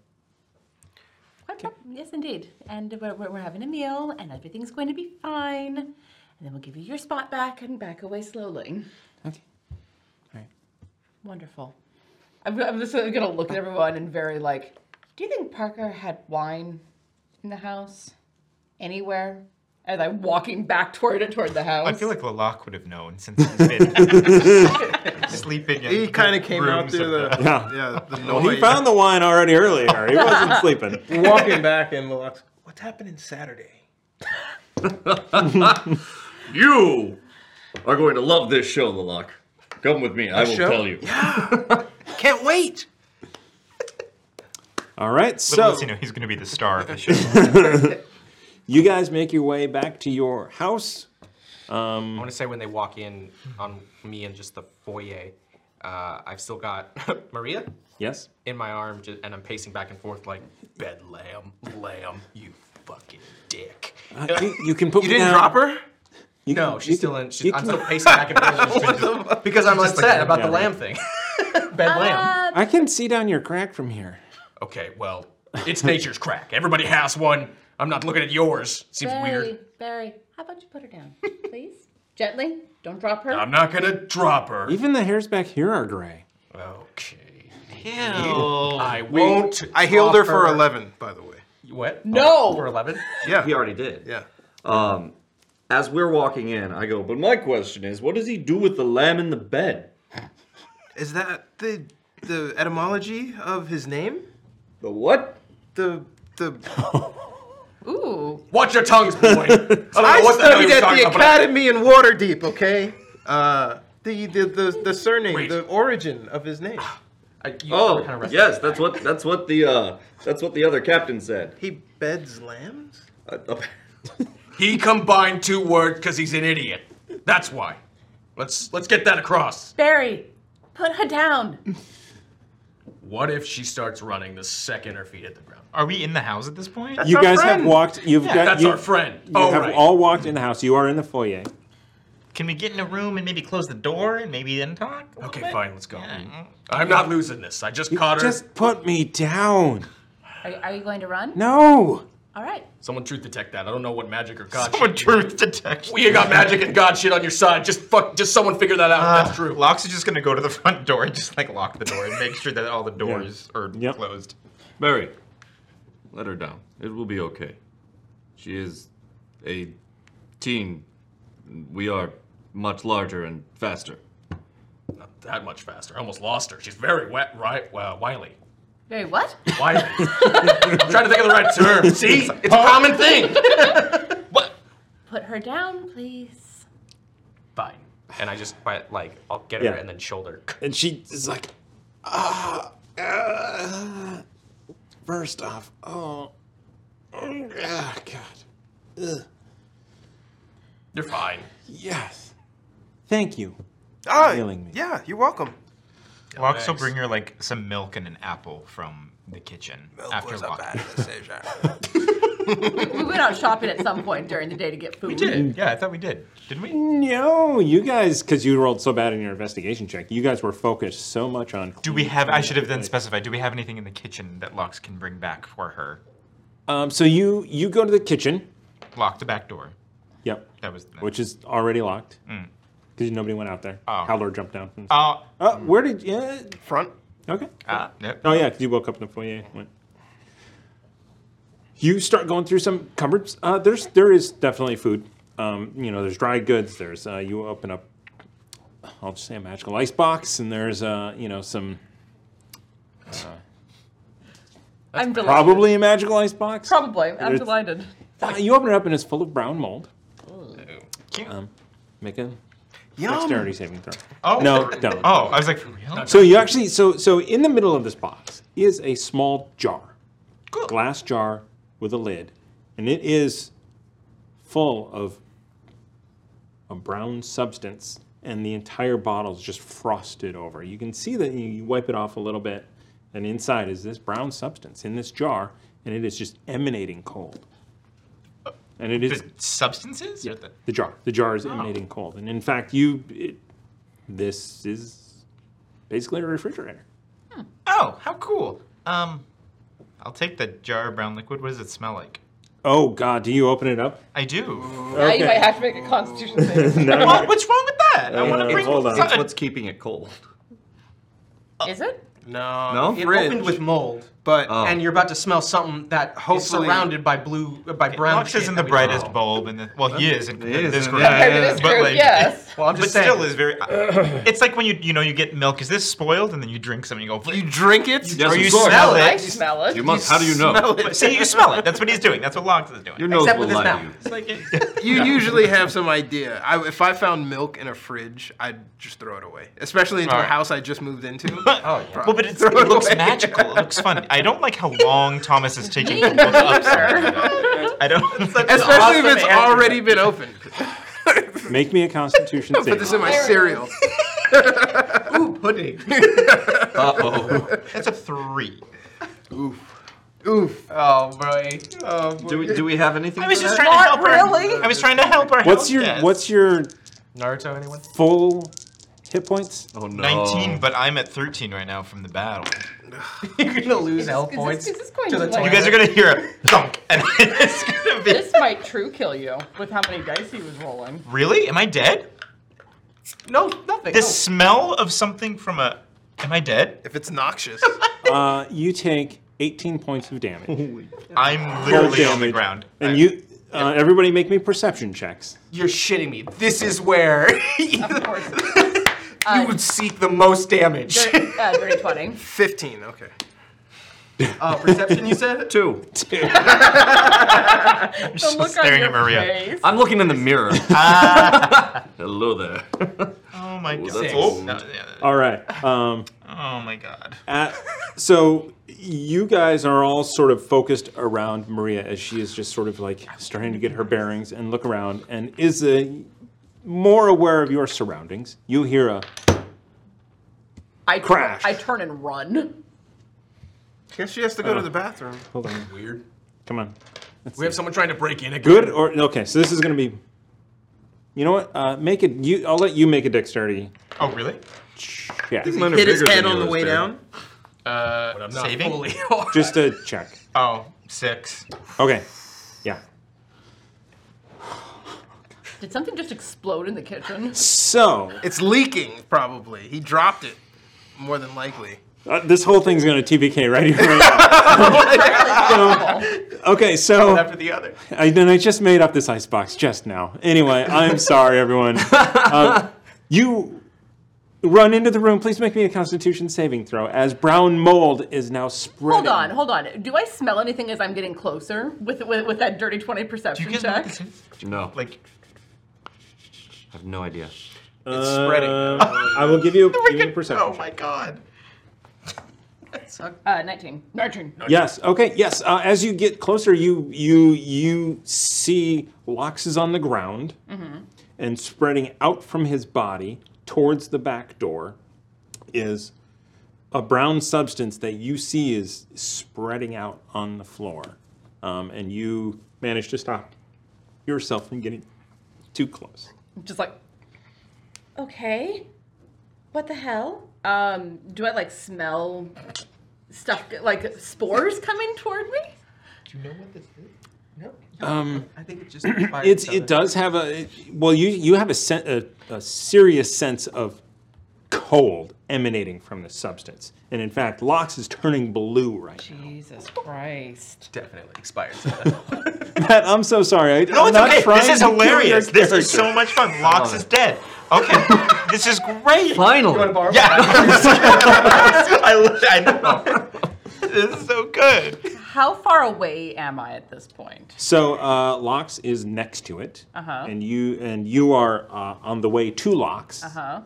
S4: Quite prob- Yes, indeed. And we're, we're, we're having a meal, and everything's going to be fine. And then we'll give you your spot back and back away slowly.
S1: Okay.
S4: All
S1: right.
S4: Wonderful. I'm, I'm just going to look at everyone and very like, do you think Parker had wine in the house? Anywhere? As I'm walking back toward it, toward the house.
S6: I feel like Lalak would have known since he's been sleeping. in
S9: He kinda came out
S6: rooms
S9: through
S6: of
S9: the-
S1: Yeah.
S9: Yeah, the
S1: Well,
S8: Oh,
S1: he
S9: noise.
S1: found the wine already earlier. He wasn't sleeping.
S9: We're walking back, and Malak's, what's happening Saturday?
S11: you are going to love this show, Lalak. Come with me. I will tell you.
S7: Can't wait.
S1: All right,
S6: Little
S1: so
S6: does he know he's going to be the star of the show.
S1: you guys make your way back to your house. Um,
S8: I want to say when they walk in on me and just the foyer, uh, I've still got Maria
S1: Yes.
S8: in my arm, ju- and I'm pacing back and forth like bed lamb, lamb, you fucking dick.
S1: Uh, you, you can put
S8: You
S1: me
S8: didn't
S1: down.
S8: drop her?
S1: You
S8: no,
S1: can-
S8: she's
S1: you
S8: still
S1: can-
S8: in.
S1: you
S8: She's, I'm
S1: can-
S8: still pacing back and forth
S7: because I'm
S8: Just like
S7: upset about the
S8: yeah.
S7: lamb thing.
S8: bed lamb.
S1: I can see down your crack from here.
S8: Okay, well, it's nature's crack. Everybody has one. I'm not looking at yours. Seems
S4: Barry,
S8: weird.
S4: Barry, how about you put her down, please? Gently. Don't drop her.
S8: I'm not gonna drop her.
S1: Even the hairs back here are gray.
S8: I won't.
S9: I healed her
S8: drop
S9: for 11, by the way.
S8: What?
S4: No.
S8: For 11?
S11: Yeah. He already did. Yeah. Um, as we're walking in, I go, but my question is, what does he do with the lamb in the bed?
S9: Is that the the etymology of his name?
S11: The what?
S9: The the.
S4: Ooh.
S8: Watch your tongues, boy.
S9: I,
S8: know what the hell
S9: studied
S8: you're
S9: at
S8: talking
S9: the
S8: about.
S9: academy in Waterdeep. Okay. Uh, the the the, the surname, the origin of his name.
S11: oh, yes, that's what that's what the uh, that's what the other captain said. Uh,
S9: He beds lambs.
S8: He combined two words because he's an idiot. That's why. Let's let's get that across.
S4: Barry, put her down.
S8: What if she starts running the second her feet hit the ground?
S6: Are we in the house at this point?
S1: you guys have walked. You've
S6: Yeah,
S1: got.
S6: that's
S1: you,
S6: our friend.
S1: You
S6: Oh,
S1: have
S6: right.
S1: all walked in the house. You are in the foyer.
S6: Can we get in a room and maybe close the door and maybe then talk? Okay,
S8: fine, let's go. I'm not losing this. I just caught her.
S1: Just put me down.
S4: Are, are you going to run?
S1: No.
S4: All right.
S8: Someone truth detect that. I don't know what magic or god.
S6: Someone
S8: shit.
S6: truth detect.
S8: We ain't got magic and god shit on your side. Just fuck. Just someone figure that out.
S1: Uh,
S6: Ah.
S8: if that's true.
S6: Locks is just going to go to the front door and just like lock the door and make sure that all the doors are closed.
S11: Barry, let her down. It will be okay. She is a teen. We are much larger and faster.
S8: Not that much faster. I almost lost her. She's very wet, right? Well, wily.
S4: Barry, what?
S8: Wily. I'm trying to think of the right term. See? It's a common thing.
S4: Put her down, please.
S8: Fine. And I just went, like I'll get
S1: Yeah.
S8: her and then shoulder.
S1: And she is like, ah, ah. First off, oh, oh, ah, God. Ugh.
S8: You're fine.
S1: Yes. Thank you.
S9: Ah,
S1: Healing me.
S9: yeah, you're welcome.
S6: I'll also bring her like some milk and an apple from the kitchen after
S9: was a
S6: walk.
S4: We, we went out shopping at some point during the day to get food. We
S6: did. Yeah, I thought we did. Did we?
S1: No, you guys, because you rolled so bad in your investigation check, you guys were focused so much on.
S6: Do we have? I should have then specified. Do we have anything in the kitchen that Locks can bring back for her?
S1: Um, so you you go to the kitchen.
S6: Lock the back door.
S1: Yep.
S6: That was.
S1: Which is already locked
S6: Mm.
S1: because nobody went out there.
S6: Oh.
S1: Howler jumped down. From
S6: Oh.
S1: Uh, where did you? Uh,
S9: Front.
S1: Okay.
S6: Ah, yep.
S1: Oh yeah, because you woke up in the foyer. and Went. You start going through some cupboards. Uh, there's there is definitely food. Um, you know, there's dry goods. There's uh, you open up. I'll just say a magical ice box, and there's uh, you know some. Uh,
S4: I'm delighted.
S1: probably a magical ice box.
S4: Probably. I'm
S1: There's-
S4: delighted.
S1: Uh, you open it up and it's full of brown mold. Um, make a
S4: Yum.
S1: dexterity saving throw.
S6: Oh.
S1: no, don't.
S6: Oh, I was like, for real?
S1: So you actually, so so in the middle of this box is a small jar, glass jar with a lid, and it is full of a brown substance and the entire bottle is just frosted over. You can see that you wipe it off a little bit, and inside is this brown substance in this jar, and it is just emanating cold. And it is
S6: Substances?
S1: yeah, the jar. The jar is
S6: Oh.
S1: emanating cold, and in fact, you it, this is basically a refrigerator.
S6: Oh, how cool. Um, I'll take the jar of brown liquid. What does it smell like?
S1: Oh God, do you open it up?
S6: I do.
S4: Now you might have to make a constitution save.
S1: No.
S6: What? What's wrong with that? I want
S1: Uh,
S6: to bring.
S1: hold on.
S6: some-
S1: It's
S11: What's keeping it cold?
S4: Is it?
S7: No.
S11: No?
S7: It
S11: Fridge.
S7: opened with mold, but
S11: Oh.
S7: and you're about to smell something that hopefully
S6: Hopefully-
S7: surrounded by blue uh, by brown.
S6: Lux
S7: shit
S6: isn't
S7: that
S6: the
S7: we
S6: brightest
S8: Oh,
S7: know.
S6: bulb in the. Well, he
S7: It
S6: is in
S7: is,
S6: this
S7: yeah.
S6: group.
S7: Yeah, Compared to yeah, this
S6: Uh, But
S7: group,
S6: like,
S7: yes. Well, I'm just
S6: but
S7: saying.
S6: still is very. it's like when you you know you get milk. Is this spoiled? And then you drink some and you go. You
S7: drink it?
S6: or you
S11: of course.
S6: smell it?
S11: I smell it. You must- how do you know?
S6: smell it. See, you smell it. That's what he's doing. That's what Lux is doing.
S11: Your nose will lie to you.
S9: You usually have some idea. I, if I found milk in a fridge, I'd just throw it away, especially into a
S6: Alright.
S9: house I just moved into. oh
S6: yeah. Well, but it's, it looks magical. It looks fun. I don't like how long Thomas is taking to look up. something. I don't.
S9: especially if it's already been opened.
S1: Make me a Constitution save.
S9: Put this in my cereal.
S7: Ooh, pudding.
S1: Uh oh.
S6: That's a three.
S7: Oof. Oh, boy. Oh, boy.
S11: Do we, do we have anything?
S6: I was
S11: for
S6: just
S11: that?
S6: trying to help her. I was trying to help her.
S1: What's your What's your
S7: Naruto? Anyone?
S1: full hit points?
S11: Oh no.
S6: 19, but I'm at 13 right now from the battle.
S7: You're gonna lose health points.
S4: This is going
S7: To
S4: to,
S7: the
S4: like,
S6: You guys are gonna hear a thunk, and it's gonna be.
S4: This might true kill you with how many dice he was rolling.
S6: Really? Am I dead?
S7: No, nothing.
S6: The smell of something from a. Am I dead?
S9: If it's noxious.
S1: Uh, you take 18 points of damage.
S6: I'm
S1: Full
S6: literally on the
S1: damage.
S6: ground.
S1: And you, uh, everybody, make me perception checks.
S7: You're shitting me. This is where you would seek the most damage.
S4: Dirty, uh, dirty 20.
S9: 15, okay.
S7: Uh, perception, you said?
S11: Two.
S4: I'm
S11: just staring at Maria.
S4: Face.
S11: I'm looking in the mirror. Hello there.
S6: Oh my god.
S11: that's
S6: Oh,
S11: old.
S6: no, yeah.
S1: All right. Um,
S6: Oh my god.
S1: at- so you guys are all sort of focused around Maria as she is just sort of like starting to get her bearings and look around and is uh more aware of your surroundings. You hear a
S4: I
S1: Crash.
S4: I turn and run.
S9: Guess she has to go to the bathroom.
S1: hold on.
S8: Weird.
S1: Come on.
S8: We have someone trying to break in again.
S1: Good or okay? So this is gonna be. You know what? Uh, make it. You. I'll let you make a dexterity.
S6: Oh really?
S1: Yeah.
S11: Mine are bigger than yours, Dave.
S6: Uh,
S8: I'm not
S6: saving.
S8: fully-
S1: Just a check.
S6: Oh, six.
S1: Okay. Yeah.
S4: Did something just explode in the kitchen?
S1: So
S9: It's leaking, probably. He dropped it, more than likely.
S1: uh, this whole thing's gonna TPK right here. Right now. okay. So
S7: After the other.
S1: I, then I just made up this icebox just now. Anyway, I'm sorry, everyone. Uh, you run into the room. Please make me a Constitution saving throw, as brown mold is now spreading.
S4: Hold on, hold on. Do I smell anything as I'm getting closer with with, with that dirty 20 perception check?
S11: No, I
S6: Like
S11: have no idea.
S1: It's spreading. Um, I will give you, give you a perception.
S6: Oh my god.
S4: Uh, 19. 19.
S1: Yes. Okay. Yes. Uh, as you get closer, you you you see Lox is on the ground
S6: Mm-hmm.
S1: and spreading out from his body towards the back door is a brown substance that you see is spreading out on the floor, um, and you manage to stop yourself from getting too close.
S4: Just like, okay. What the hell? Um, do I like smell stuff like spores coming toward me?
S7: Do you know what this is? No.
S1: Um,
S7: I think it just.
S1: It's it does have a it- well you you have a, sen- a a serious sense of cold emanating from the substance, and in fact, Lox is turning blue right now.
S4: Jesus Christ.
S7: Definitely expired.
S1: Matt, I'm so sorry. I,
S6: No,
S1: I'm
S6: it's
S1: not
S6: okay.
S1: trying
S6: This is
S1: to kill your
S6: hilarious. This is so
S1: character.
S6: much fun. Lox is dead. Okay. this is great.
S11: Finally.
S6: Yeah. I, lo- I know. This is so good.
S4: How far away am I at this point?
S1: So uh, Lox is next to it,
S4: Uh-huh.
S1: and you and you are uh, on the way to Lox.
S4: Uh huh.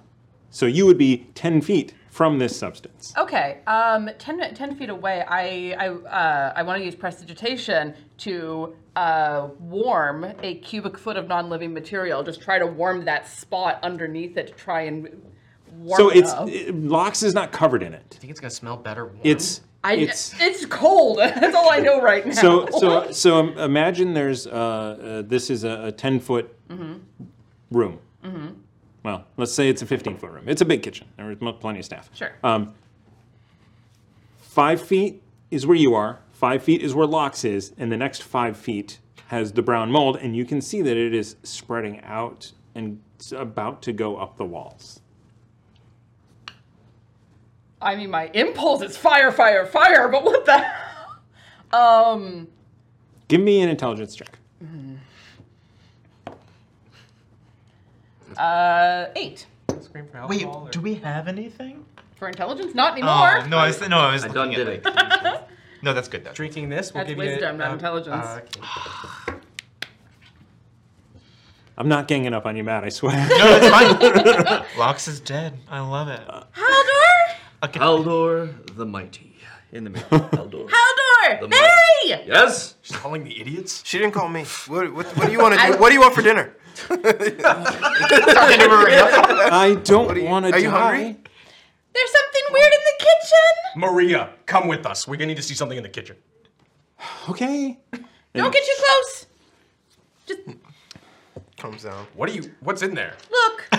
S1: So you would be ten feet from this substance.
S4: Okay, um, 10, 10 feet away, I I, uh, I want to use prestidigitation to uh, warm a cubic foot of non-living material. Just try to warm that spot underneath it to try and warm
S1: so
S4: it
S1: it's
S4: up.
S1: it, Lox is not covered in it.
S7: think it's gonna smell better.
S1: It's
S4: I,
S1: it's
S4: it's, cold. That's all I know right now.
S1: so so so im- imagine there's uh, uh this is a, a 10 foot
S4: hmm
S1: room.
S4: hmm
S1: Well, let's say it's a 15 foot room. It's a big kitchen. There's mo- plenty of staff.
S4: Sure.
S1: Um, five feet is where you are. Five feet is where Lox is, and the next five feet has the brown mold, and you can see that it is spreading out and it's about to go up the walls.
S4: I mean, my impulse is fire, fire, fire. But what the? hell? um.
S1: Give me an intelligence check.
S4: mm. Uh, eight.
S6: Wait, do we have anything?
S4: For intelligence? Not anymore.
S6: Oh, no, I was, no, I was
S11: I
S6: looking
S11: done
S6: at
S11: did
S6: like, No, that's good though.
S7: Drinking this
S4: That's wisdom,
S7: uh,
S4: not intelligence.
S1: I'm not ganging up on you, Matt, I swear.
S6: No, that's fine. Lox is dead. I love it.
S4: Haldor?
S6: oh.
S11: Haldor the Mighty. In the middle. Haldor.
S4: Haldor!
S11: The
S4: Hey!
S11: Yes?
S9: She's calling the idiots. She didn't call me. What, what, what do you want to do? What do you want for dinner?
S1: I don't want to die.
S9: are you hungry?
S4: There's something weird in the kitchen.
S8: Maria, come with us. We're gonna need to see something in the kitchen.
S1: Okay.
S4: Don't get too close.
S9: Comes down.
S8: What are you? What's in there?
S4: Look.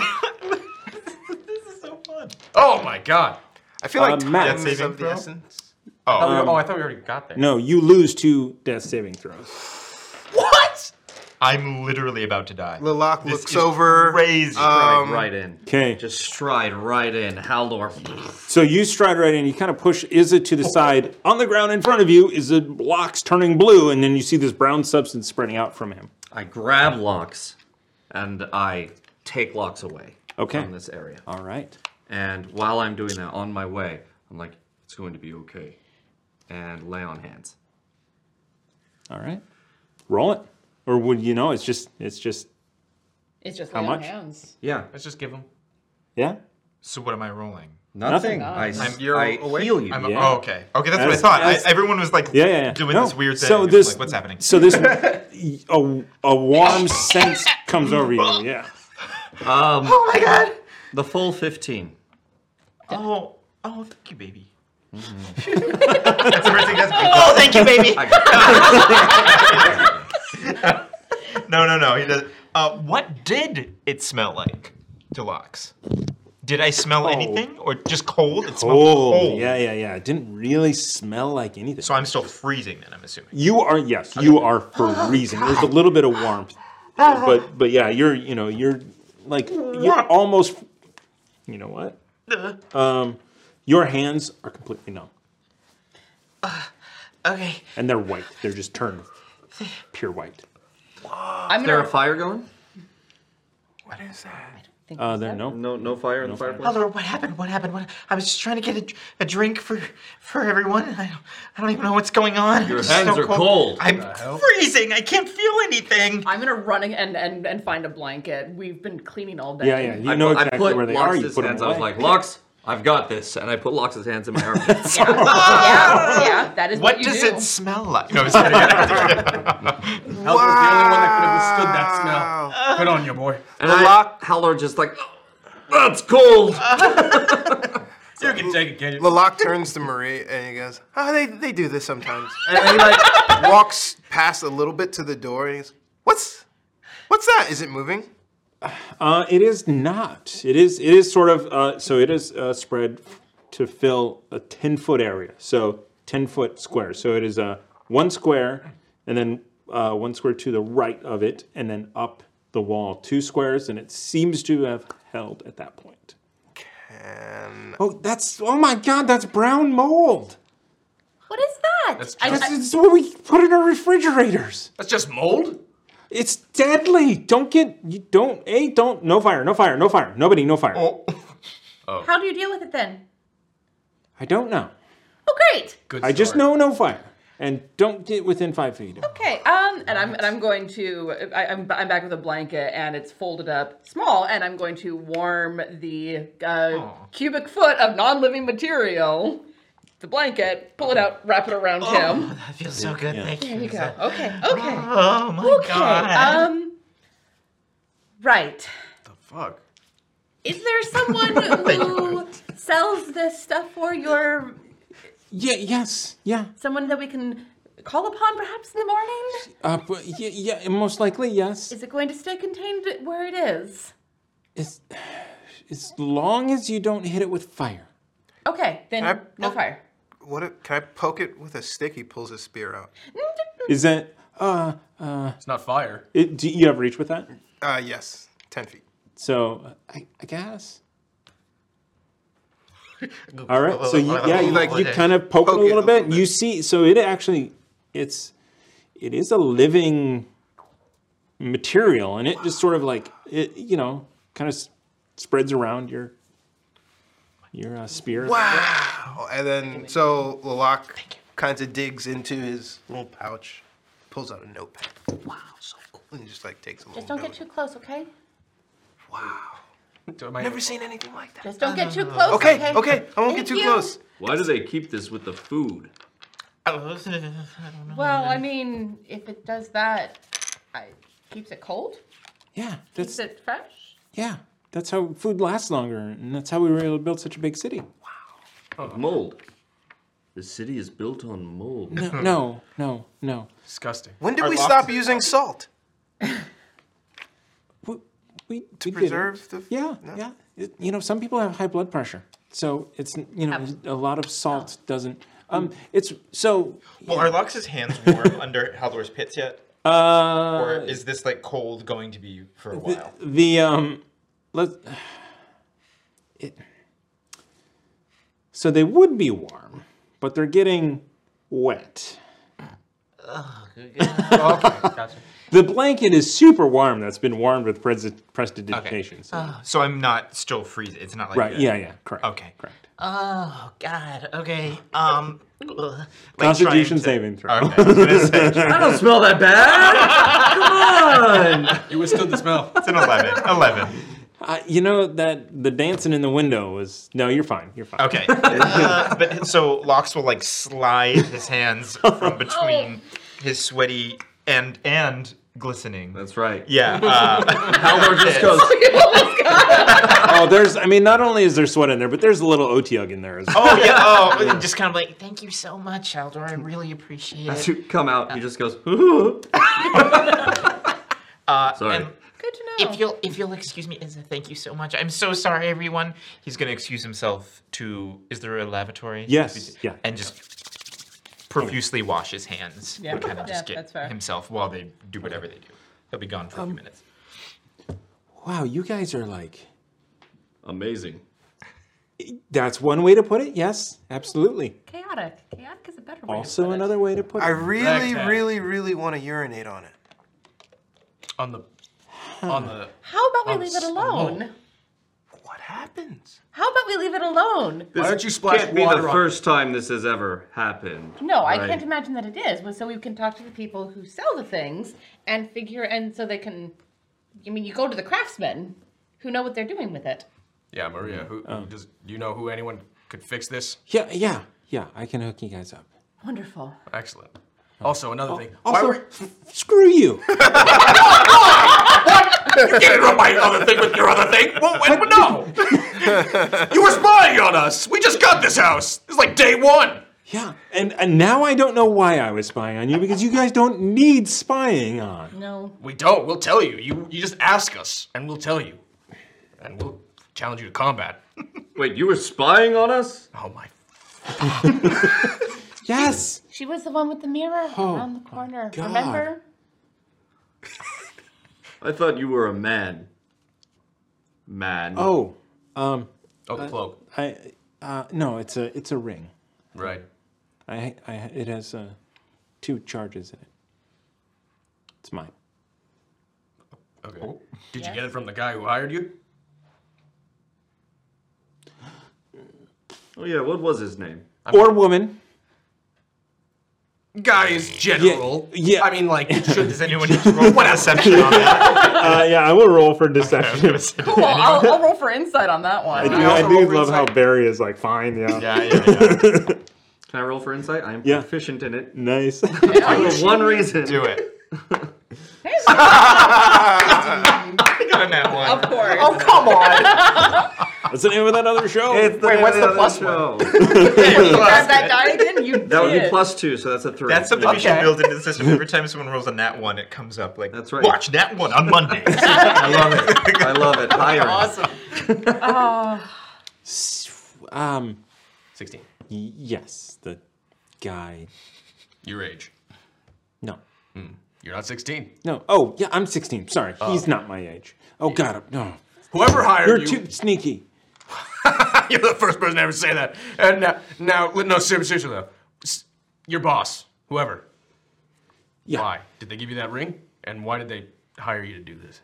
S8: Oh my god.
S9: I feel like
S1: Uh,
S9: time
S1: Matt. Death
S9: is
S1: saving
S9: of the
S1: throw?
S9: essence.
S8: Oh.
S7: Oh, we-
S1: Um,
S7: oh, I thought we already got there.
S1: No, you lose two death saving throws.
S7: What?
S6: I'm literally about to die.
S9: Lilac
S6: This
S9: looks
S6: is
S9: over.
S6: Crazy.
S9: um,
S11: right in.
S1: Okay.
S11: Just stride right in. Haldor.
S1: So you stride right in, you kind of push Izza to the side. On the ground in front of you is the blocks turning blue, and then you see this brown substance spreading out from him.
S11: I grab Locks and I take Locks away
S1: Okay.
S11: from this area.
S1: All right.
S11: And while I'm doing that, on my way, I'm like, it's going to be okay. And lay on hands.
S1: All right. Roll it. Or would you know, it's just, it's just,
S4: It's just
S1: How
S4: lay on
S1: much?
S4: hands.
S11: yeah.
S6: Let's just give him.
S1: yeah?
S6: So what am I rolling?
S11: Nothing. Nothing. I s-
S6: I'm, you're
S11: I
S6: awake?
S11: heal you.
S6: I'm,
S11: Yeah.
S6: oh, okay. Okay, that's what I
S1: As-
S6: thought.
S1: as-
S6: I, everyone was like
S1: Yeah, yeah, yeah.
S6: doing
S1: No.
S6: this weird thing.
S1: So
S6: I'm
S1: this-
S6: like, what's happening?
S1: So this, a, a warm sense comes over you, yeah.
S11: Um,
S6: oh my god.
S11: The full 15.
S6: Oh, oh, thank you, baby. Mm-hmm. that's the first thing that's Oh, thank you, baby. no, no, no. He does. Uh, what did it smell like, Deluxe? Did I smell anything, or just cold? It smelled
S1: Cold.
S6: cold.
S1: Yeah, yeah, yeah. It didn't really smell like anything. So
S6: I'm still freezing then, I'm assuming.
S1: You are, yes, you are freezing. There's a little bit of warmth. But, but yeah, you're, you know, you're like, you're almost, you know what?
S6: Ugh.
S1: Um, your hands are completely numb
S6: Okay.
S1: and they're white. They're just turned pure white.
S4: I'm
S11: Is
S4: gonna.
S11: there a fire going?
S6: What is that?
S1: Uh, there no.
S11: No, no fire in the fireplace.
S6: Hello, what happened? What happened? What? I was just trying to get a, dr- a drink for for everyone. and I don't, I don't even know what's going on.
S11: Your
S6: It's
S11: hands
S6: so
S11: are cold.
S6: I'm
S11: What the hell?
S6: freezing. I can't feel anything.
S4: I'm gonna run and, and and find a blanket. We've been cleaning all day.
S1: Yeah, yeah, you
S11: I
S1: know
S11: put,
S1: exactly
S11: I put
S1: where they are.
S11: Lox's
S1: You put them
S11: hands. I was
S1: away.
S11: like, Lox, I've got this, and I put Lox's hands in my arm.
S4: Oh, yeah, yeah, that is what,
S6: What
S4: you
S6: does
S4: do.
S6: it smell like? No, I was kidding.
S7: Hell, was the only one that could have withstood that smell. Put on you, boy.
S11: and I, Lock, Howler just like, that's cold.
S8: You can take it, can you?
S9: Lilac turns to Marie and he goes, "Oh, they they do this sometimes." And he like walks past a little bit to the door and he's, "What's what's that? Is it moving?"
S1: Uh, it is not. It is. It is sort of. Uh, so it is uh, spread to fill a ten foot area. So ten foot square. So it is uh, one square, and then uh, one square to the right of it, and then up the wall two squares, and it seems to have held at that point. Can. Oh, that's. Oh my God! That's brown mold.
S4: What is that?
S1: That's, it's what we put in our refrigerators.
S8: That's just mold?
S1: It's deadly. Don't get. You don't. A. Don't. No fire. No fire. No fire. Nobody. No fire.
S4: How do you deal with it then?
S1: I don't know.
S4: Oh, great.
S1: I just know no fire. And don't get within five feet.
S4: Okay, um, and I'm and I'm going to I, I'm I'm back with a blanket and it's folded up small, and I'm going to warm the uh, cubic foot of non-living material, the blanket, pull it out, wrap it around him.
S3: That feels so good. Thank
S4: There
S3: you.
S4: you go.
S3: So-
S4: Okay. Okay.
S3: Oh my
S4: okay.
S6: uh,
S3: god.
S4: Um. Right.
S8: Fuck.
S4: Is there someone
S3: Oh
S4: who sells this stuff for your
S1: Yeah. Yes. Yeah.
S4: someone that we can call upon perhaps in the morning?
S1: Uh, but yeah, yeah. Most likely, yes.
S4: Is it going to stay contained where it is?
S1: As, as long as you don't hit it with fire.
S4: Okay, then
S9: Can I
S4: no fire.
S9: What? If, can I poke it with a stick? He pulls his spear out.
S1: Is that? Uh. Uh.
S8: It's not fire.
S1: It, do you have reach with that?
S9: Uh, yes, ten feet.
S1: So I, I guess. All right. So you, yeah, you like you kind of poke, it a little bit. You see, so it actually, it's, it is a living material, and it just sort of like it, you know, kind of s- spreads around your, your uh, spear.
S9: Wow! And then so Lalak kind of digs into his little pouch, pulls out a notepad. Wow, so cool! And just like takes a little.
S4: Just don't
S9: note.
S4: get too close, okay?
S9: Never seen anything like that.
S4: Just don't get too close.
S9: Okay,
S4: Okay,
S9: okay, I won't get
S4: Thank
S9: too
S4: you.
S9: close.
S11: Why do they keep this with the food?
S4: Well, I mean, if it does that, I keeps it cold.
S1: Yeah,
S4: Keeps it fresh.
S1: Yeah, that's how food lasts longer, and that's how we were able to build such a big city.
S11: Mold. The city is built on mold.
S1: No,
S9: Hmm.
S1: no, no. no.
S8: Disgusting.
S9: When did
S11: Are
S9: we
S11: locks-
S9: stop using salt?
S1: We,
S9: to
S1: we did it.
S9: preserve the.
S1: Yeah, yeah. It- you know, some people have high blood pressure, so it's you know a lot of salt doesn't. Um, it's so.
S6: Well, are Lox's hands warm under Haldor's pits yet?
S1: Uh,
S6: or is this like cold going to be for a
S1: the,
S6: while?
S1: the um, let. It. So they would be warm, but they're getting wet.
S3: Oh, good,
S1: The blanket is super warm. That's been warmed with pres- prestidigitation. so-
S6: Ah, So I'm not still freezing. It's not like
S1: Right,
S6: that.
S1: yeah, yeah, correct.
S6: Okay.
S1: Correct.
S3: Oh god. Okay. Um. ugh.
S6: Like
S1: Constitution
S6: trying to-
S1: saving throw.
S6: Okay, I was gonna say- I don't smell that bad. Come on.
S8: You withstood the smell.
S6: It's an 11. 11.
S1: Uh, you know that the dancing in the window was no. You're fine. You're fine.
S6: Okay. Uh, but so Lox will like slide his hands from between his sweaty and and glistening. That's
S11: right.
S6: Yeah. Uh,
S11: Haldor just goes,
S1: oh, there's. I mean, not only is there sweat in there, but there's a little otiug in there as well.
S6: Oh yeah. Oh,
S3: Just kind of like, thank you so much, Aldor. I really appreciate
S11: As
S3: it.
S11: you come out, he just goes,
S3: Uh,
S11: Sorry.
S3: Good to know. If you'll, if you'll excuse me, Izza, thank you so much. I'm so sorry, everyone.
S6: he's gonna excuse himself to. Is there a lavatory?
S1: Yes, yeah.
S6: And just profusely wash his hands.
S4: Yeah,
S6: And kind of
S4: yeah,
S6: just
S4: that's
S6: get
S4: fair.
S6: himself while they do whatever they do. He'll be gone for a few minutes.
S1: Wow, you guys are like.
S11: amazing.
S1: That's one way to put it. Yes, absolutely.
S4: Chaotic. Chaotic is a better word.
S1: Also, another way to put it.
S9: I really, really, really want to urinate on it.
S8: On the. On the.
S4: How about we
S8: Oh,
S4: leave it
S8: so
S4: alone? What happens? How about we leave it alone?
S11: This can't be the first time this has ever happened.
S4: No, I
S11: right?
S4: can't imagine that it is. Well, So we can talk to the people who sell the things and figure, and so they can. I mean, you go to the craftsmen who know what they're doing with it.
S8: Yeah, Maria. Who does? You know who anyone could fix this?
S1: Yeah, yeah, yeah. I can hook you guys up.
S4: Wonderful.
S8: Excellent. Also, another thing.
S1: Also, screw you.
S8: you can't rub my other thing with your other thing. Well, and- no. you were spying on us. We just got this house. It's like day one.
S1: Yeah, and and now I don't know why I was spying on you because you guys don't need spying on.
S4: No.
S8: We don't. We'll tell you. You you just ask us, and we'll tell you, and we'll challenge you to combat.
S11: Wait, you were spying on us?
S8: Oh my.
S1: Yes.
S4: She was the one with the mirror
S11: Oh,
S4: around the corner.
S11: God.
S4: Remember?
S11: I thought you were a man. Man.
S1: Oh, um.
S8: Oh,
S1: the
S8: cloak.
S1: I, uh, no, it's a it's a ring.
S8: Right.
S1: I, I it has uh, two charges in it. It's mine.
S8: Okay. Did you get it from the guy who hired you?
S11: Oh yeah, what was his name?
S1: or woman.
S13: guy is general.
S1: Yeah.
S13: I mean, like, should, does anyone need
S6: to roll what deception on that?
S1: uh, yeah, I will roll for deception.
S4: Cool. I'll, I'll roll for insight on that
S1: I
S4: one.
S1: do, I do love how Barry is like, fine, yeah.
S11: Yeah, yeah, Can I roll for insight? I am proficient in it.
S1: Nice.
S11: For one reason. Do
S6: it.
S11: I got that one.
S4: Of course.
S13: Oh, come on.
S1: What's the name of that other show?
S11: It's the
S13: Wait,
S11: name
S13: what's
S11: of
S13: the
S11: other
S13: plus
S11: show.
S4: Grab that die again. You
S11: That would be
S4: did.
S11: plus two, so that's a three.
S6: That's something we should build into the system. Every time someone rolls a nat one, it comes up like,
S11: That's right.
S6: watch nat one on Monday.
S11: I love it. I love it. Higher.
S6: Awesome.
S4: Oh.
S1: Um,
S8: 16.
S1: Yes, the guy.
S8: Your age.
S1: No.
S8: You're not 16.
S1: No. Oh, yeah, I'm 16. Sorry. He's not my age. Oh, God. No.
S13: Whoever hired
S1: You're
S13: you-
S1: too sneaky.
S13: You're the first person to ever say that. And
S8: uh,
S13: now, now no, seriously, seriously though. S- Your boss, whoever.
S8: Why? Did they give you that ring? And why did they hire you to do this?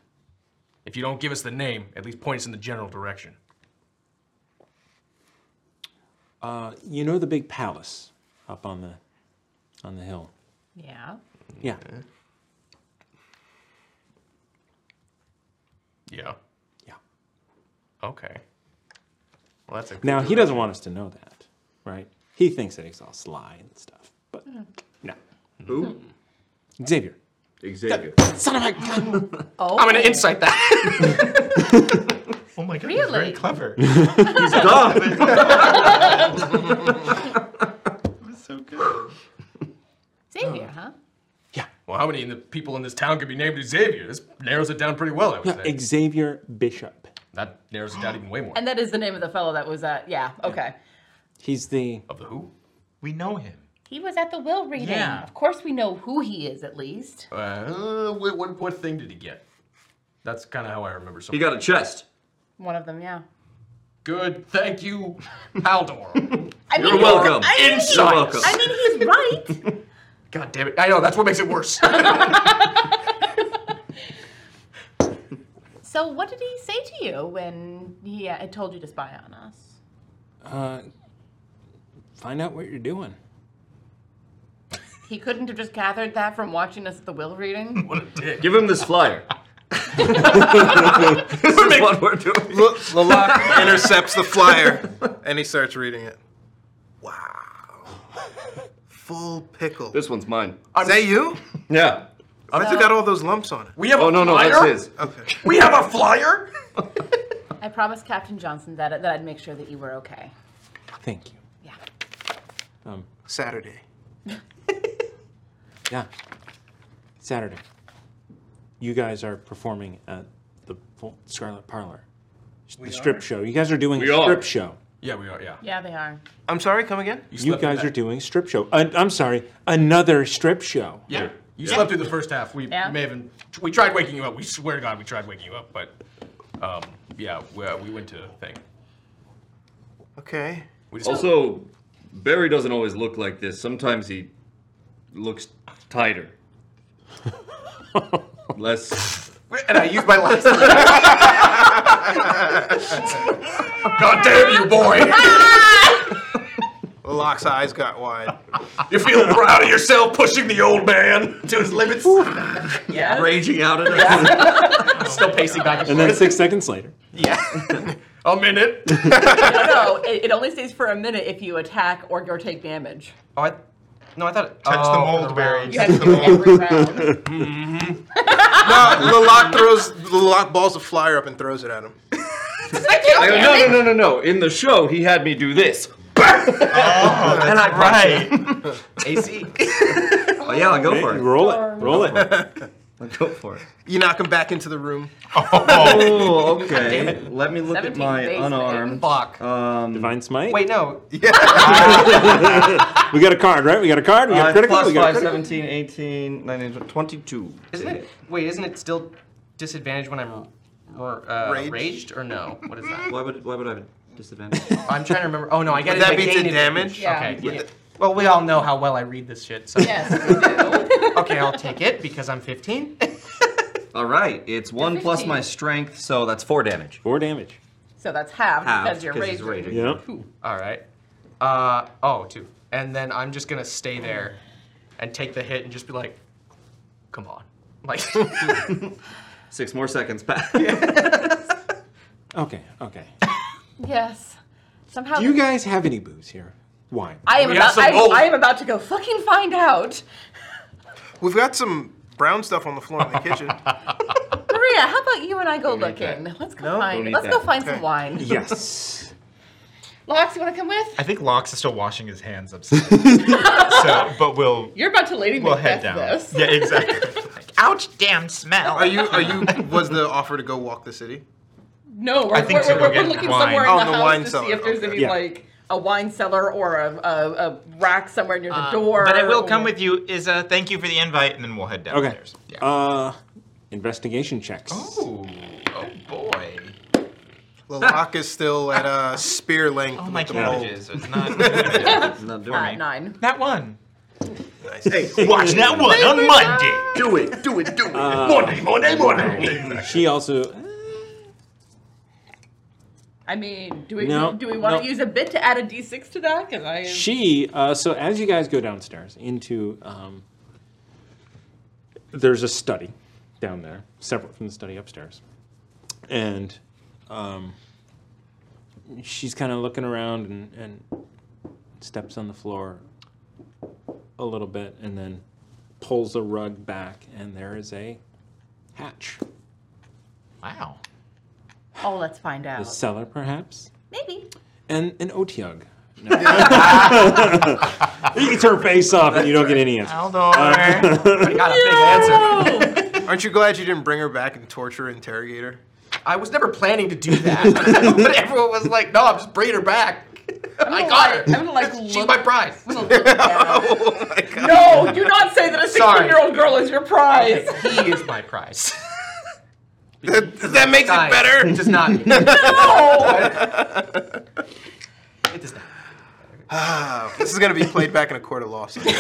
S8: If you don't give us the name, at least point us in the general direction.
S1: Uh, you know the big palace up on the on the hill.
S4: Yeah.
S1: Yeah.
S8: Yeah.
S1: Yeah.
S8: Okay. Well, that's a
S1: Now he doesn't want us to know that, right? He thinks that he's all sly and stuff, but no.
S11: Who?
S1: Xavier.
S11: Xavier.
S1: Son of a gun.
S4: Oh.
S13: I'm gonna insight that.
S6: oh my god,
S4: Really?
S6: he's very clever.
S4: He's dumb.
S6: That's so good.
S4: Xavier, huh?
S8: Well, how many in the people in this town could be named Xavier? This narrows it down pretty well, I would
S1: Yeah,
S8: say.
S1: Xavier Bishop.
S8: That narrows it down even way more.
S4: And that is the name of the fellow that was at. Yeah. Okay.
S1: He's the
S8: of the who?
S6: We know him.
S4: He was at the will reading.
S8: Yeah.
S4: Of course, we know who he is at least.
S8: Uh, what, what, what thing did he get? That's kind of how I remember something.
S11: He got a chest.
S4: One of them, yeah.
S8: Good. Thank you, Haldor.
S4: I
S8: You're welcome.
S4: I mean,
S8: Insight. You're welcome.
S4: I mean, he's right.
S13: God damn it. I know, that's what makes it worse.
S4: So, what did he say to you when he uh, told you to spy on us?
S1: Uh, find out what you're doing.
S4: He couldn't have just gathered that from watching us at the will reading.
S8: what a dick.
S11: Give him this flyer.
S9: this
S11: is what we're doing.
S9: L- Lalak intercepts the flyer and he starts reading it. Wow. Full pickle.
S11: This one's mine.
S9: Is that you?
S11: Yeah.
S9: I took out all those lumps on it.
S13: We have
S11: Oh, no, no, that's his.
S9: Okay.
S13: We have a flyer?
S4: I promised Captain Johnson that that I'd make sure that you were okay.
S1: Thank you.
S4: Yeah.
S1: Um,
S9: Saturday.
S1: yeah. Saturday. You guys are performing at the Vol- Scarlet Parlor. The strip show. You guys are doing
S13: We
S1: a
S13: are.
S1: strip show.
S8: Yeah, we are, yeah.
S4: Yeah, they are.
S9: I'm sorry, come again?
S1: You, guys are doing a strip show. Uh, I'm sorry, another strip show.
S8: Yeah. You slept through the first half. We
S4: Yeah.
S8: may have been, we tried waking you up. We swear to God, we tried waking you up. But um, yeah, we, uh, we went to a thing.
S9: Okay.
S11: Also, Barry doesn't always look like this. Sometimes he looks tighter. Less.
S13: And I use my last God damn you, boy.
S9: Lalak's eyes got wide.
S13: You feel proud of yourself pushing the old man to his limits?
S4: Yeah.
S11: Raging out at
S8: Still pacing back
S1: And then six seconds later,
S13: A minute.
S4: no, no, it, it only stays for a minute if you attack or, or take damage.
S7: Oh, I, no, I thought.
S6: Touch the
S7: oh,
S6: mold, Barry.
S4: You have to do it every round.
S11: Mm-hmm.
S9: No, Lalak throws Lalak balls a flyer up and throws it at him.
S11: I go, no, no, no, no, no. In the show, he had me do this.
S7: and I
S6: Right.
S7: AC.
S11: Oh, yeah, I'll go
S1: Hey,
S11: for it.
S1: roll it, roll it.
S11: I'll go for it.
S9: You knock him back into the room.
S11: Oh, okay. Let me look at
S4: 17
S11: my
S4: base
S11: unarmed.
S7: Fuck.
S11: Um,
S1: Divine smite.
S7: Wait, no.
S1: We got a card, right? We got a card. We got
S11: uh,
S1: a critical.
S11: plus
S1: we got a
S11: 5,
S1: critical.
S11: 17, 18, 19, 22.
S7: Isn't it? Wait, isn't it still disadvantage when I'm uh,
S9: Raged?
S7: raged or no? What is that?
S11: Why would, why would I have a disadvantage?
S7: I'm trying to remember. Oh no, I get
S9: Would
S7: it.
S9: that
S7: if I
S9: be to
S7: gain
S9: damage?
S7: advantage.
S4: Yeah.
S7: Okay. yeah. Well, we all know how well I read this shit. So
S4: Yes.
S7: okay, I'll take it because I'm 15.
S11: All right, it's 1 plus
S4: 15.
S11: my strength, so that's 4 damage.
S1: Four damage.
S4: So that's half,
S11: Half,
S4: because you're
S11: 'cause he's
S4: raging.
S11: raging.
S1: Yeah.
S7: all right. Uh oh, two. And then I'm just gonna stay there,
S8: and take the hit and just be like, come on. Like,
S11: Six more seconds pass.
S1: okay, okay.
S4: Yes. Somehow.
S1: Do you guys have any booze here? Wine.
S4: I am about. I, I am about to go fucking find out.
S9: We've got some brown stuff on the floor in the kitchen.
S4: Maria, how about you and I go looking? Let's go
S9: don't
S4: find.
S9: need
S4: Let's go
S9: that.
S4: find
S9: Okay.
S4: some wine.
S9: Yes.
S4: Lox, you want to come with?
S6: I think Lox is still washing his hands upstairs. so, but we'll
S4: You're about to lady
S6: we'll head down. Yeah, exactly.
S3: Ouch! Damn smell.
S9: Are you? Are you? Was the offer to go walk the city?
S4: No, we're,
S9: I think
S4: we're,
S9: to
S4: we're,
S9: go
S4: we're
S9: get
S4: looking
S9: wine.
S4: somewhere in
S9: Oh,
S4: the,
S9: the
S4: house
S9: wine
S4: to see
S9: cellar,
S4: if there's
S9: okay.
S4: any
S9: Yeah.
S4: like a wine cellar or a, a, a rack somewhere near the
S6: Uh,
S4: door.
S6: But I will
S4: or-
S6: come with you. Is uh, thank you for the invite, and then we'll head
S1: Okay.
S6: downstairs.
S1: Uh, investigation checks.
S6: Oh, oh boy.
S9: The lock is still at uh, spear length. Oh
S6: my
S9: with the
S6: cabbage
S9: mold.
S6: is- it's not-
S9: not
S4: Uh, nine.
S6: That one.
S9: Hey,
S6: watch that one on Monday.
S5: Do it, do it, do it.
S1: Uh,
S5: Monday, Monday, Monday.
S1: She also
S4: I mean, do we
S1: No,
S4: do we want
S1: no.
S4: to use a bit to add a d6 to that? Because I am.
S1: She, uh, so as you guys go downstairs into, um, there's a study down there, separate from the study upstairs. And um, she's kind of looking around and, and steps on the floor a little bit and then pulls the rug back, and there is a hatch.
S6: Wow.
S4: Oh, let's find out.
S1: The cellar, perhaps?
S4: Maybe.
S1: and an otiug. No. you get your face off and you don't get any answer.
S6: Uh,
S9: I
S6: got
S9: a big answer. Aren't you glad you didn't bring her back and torture interrogate her?
S7: I was never planning to do that, but everyone was like, "No, I'm just bringing her back." I got her.
S4: I'm gonna like
S7: She's
S4: look-
S7: my bride.
S4: Oh,
S6: Oh,
S4: No, do not say that a 16 year old girl is your prize.
S7: he is my prize.
S9: Does that make
S7: it better? It does not. it does not.
S9: this is gonna be played back in a court of law. someday.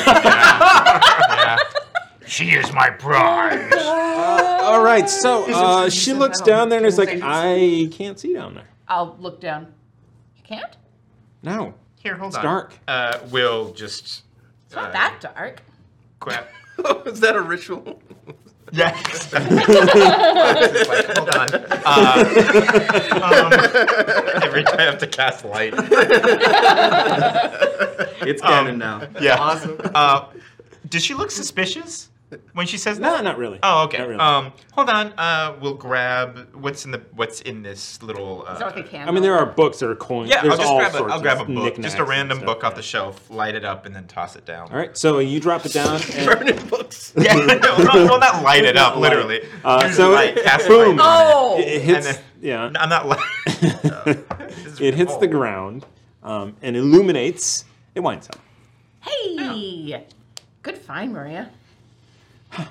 S6: She is my bride.
S1: All right, so uh, she looks down there and is like, I can't see down there.
S4: I'll look down. You can't?
S1: No.
S6: Here, hold
S1: It's
S6: on.
S1: dark.
S6: Uh, we'll just. uh,
S4: It's not that dark.
S6: Crap.
S9: is that a ritual?
S6: Yeah. Like, hold on. Uh, um, every time I have to cast light.
S11: It's canon now.
S6: Yeah. Uh, does she look suspicious when she says
S1: No,
S6: that?
S1: not really.
S6: Oh, okay.
S1: Not really.
S6: Um, hold on. Uh, we'll grab what's in the what's in this little. Uh,
S1: I mean, there are books, there are coins.
S6: yeah,
S1: there's
S6: I'll just
S1: all
S6: grab a,
S1: sorts
S6: I'll grab a
S1: of
S6: book,
S1: knickknacks
S6: just a
S1: and
S6: random
S1: stuff.
S6: book off the shelf, light it up, and then toss it down.
S1: All right, so you drop it down. And
S6: yeah, no, no, no, not light it up, literally.
S1: Uh,
S6: Use
S1: so
S6: light, cast
S1: boom.
S6: light on it.
S4: Oh.
S1: It, it hits.
S6: And then-
S1: yeah.
S6: I'm not. Li-
S1: it hits the ground um, and illuminates a wine cellar.
S4: Hey! Good find, Maria.
S1: Uh,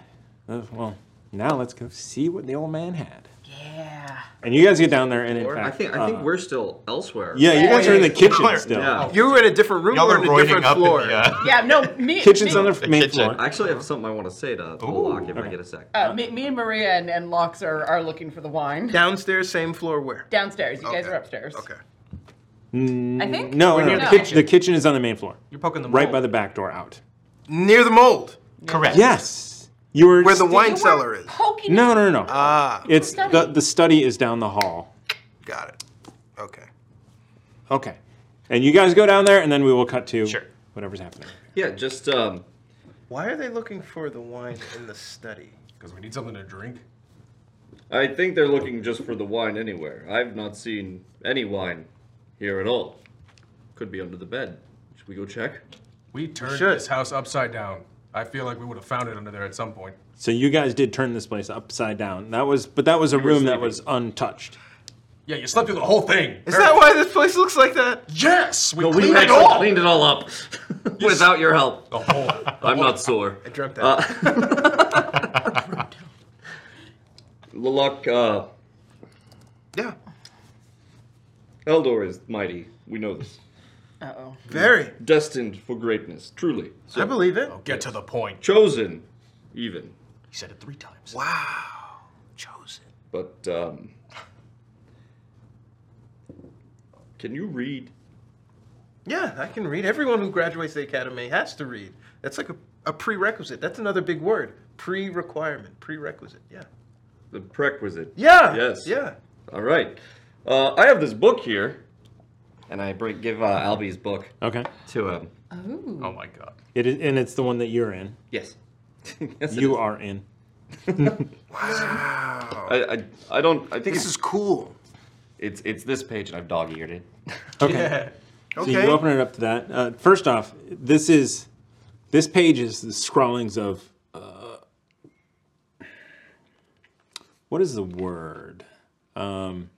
S1: well, now let's go see what the old man had.
S4: Yeah.
S1: And you guys get down there, and in
S11: Or- I
S1: fact,
S11: think I think
S1: uh,
S11: we're still elsewhere.
S1: Yeah, you guys are in the kitchen
S11: Yeah.
S1: still.
S4: Oh.
S11: Yeah.
S9: You were in a different room.
S11: Y'all
S9: or
S11: are
S9: in a
S11: roiding
S9: different
S11: up in
S9: floor.
S11: the, uh,
S4: Yeah, no, me. me,
S1: main floor.
S11: I actually have something I want to say to Lock if I get a sec.
S4: Uh, me, me and Maria and, and Lox are, are looking for the wine.
S9: Downstairs, same floor. Where?
S4: Downstairs. You guys are upstairs. Okay.
S1: Mm,
S4: I think
S1: no,
S4: we're
S1: no,
S4: near
S1: no, the,
S4: the
S1: kitchen.
S4: kitchen.
S1: the kitchen is on the main floor.
S7: You're poking the
S1: right
S7: mold.
S1: by the back door out.
S9: Near the mold.
S6: Correct.
S1: Yes, you were
S9: Where the wine cellar is.
S1: No, no, no, no.
S9: Ah.
S1: it's the the study is down the hall.
S9: Got it. Okay.
S1: Okay, and you guys go down there, and then we will cut to whatever's happening.
S11: Yeah, just um.
S9: Why are they looking for the wine in the study?
S8: Because we need something to drink.
S11: I think they're looking just for the wine anywhere. I've not seen any wine here at all. Could be under the bed. Should we go check?
S8: We turned
S11: should.
S8: this house upside down. I feel like we would have found it under there at some point.
S1: So you guys did turn this place upside down. That was, but that was a room that was untouched.
S8: Yeah, you slept through the whole thing.
S9: Is that why this place looks like that?
S8: Yes, we
S11: We
S8: cleaned it
S11: actually
S8: all. Oh,
S11: cleaned it all up Oh, without your help. I'm not
S9: Oh,
S11: sore. Uh,
S9: I dreamt that.
S11: Lalak, uh.
S9: Yeah.
S11: Eldor is mighty. We know this.
S4: Uh oh.
S9: Very.
S11: Destined for greatness, truly. So,
S9: I believe it.
S8: oh, Get to the point.
S11: Chosen, even.
S8: He said it three times.
S9: Wow. Chosen.
S11: But, um. Can you read?
S9: Yeah, I can read. Everyone who graduates the academy has to read. That's like a A prerequisite. That's another big word. Pre-requirement. Prerequisite. Yeah.
S11: The prerequisite.
S9: Yeah,
S11: Yes.
S9: yeah.
S11: All right. Uh, I have this book here, and I bring, give uh, Albie's book.
S1: Okay.
S11: To um, him.
S10: Ooh.
S11: Oh my god.
S1: It is, and it's the one that you're in.
S11: Yes. Yes, it
S1: you
S11: is.
S1: are in.
S11: I, I, I don't. I think
S1: This
S11: it's,
S1: is
S11: cool. It's it's this page, and I've dog eared it.
S1: Okay. So you open it up to that. Uh, first off, this is this page is the scrawlings of uh, what is the word? Um,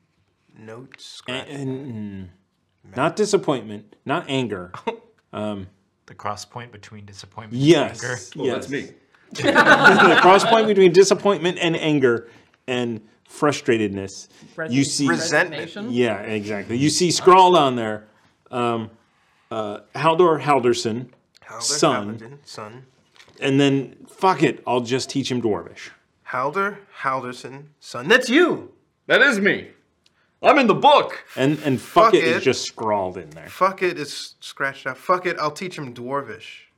S9: Notes.
S1: a- and- mm, not disappointment, not anger. Um,
S6: The cross point between disappointment
S1: yes,
S6: and anger.
S11: Oh,
S1: yes. the cross point between disappointment and anger and frustratedness. You
S7: Resi-
S1: see
S7: Resentment. resignation?
S1: Yeah, exactly. You see scrawled on there, um, uh, Haldor Halderson, son,
S9: Halderson, Son.
S1: and then fuck it, I'll just teach him Dwarvish.
S9: Halder. Halderson. Son. That's you.
S11: That is me. I'm in the book.
S1: And and fuck,
S9: Fuck
S1: it
S9: it.
S1: is just scrawled in there.
S9: Fuck it is scratched out. Fuck it. I'll teach him Dwarvish.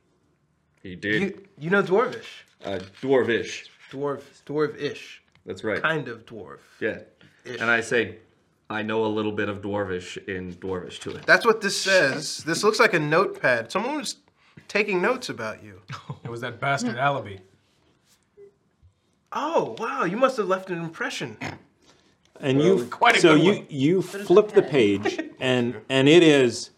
S11: He did.
S9: You, you know Dwarvish.
S11: uh, dwarvish.
S9: Dwarf. Dwarvish.
S11: That's right.
S9: Kind of dwarf.
S11: Yeah. And I say, I know a little bit of dwarvish in dwarvish to it.
S9: That's what this says. This looks like a notepad. Someone was taking notes about you.
S8: It was that bastard Alibi.
S9: Oh wow! You must have left an impression.
S1: And
S9: Well,
S1: you
S9: quite a
S1: so
S9: good
S1: you
S9: one.
S1: you flip the page and and it is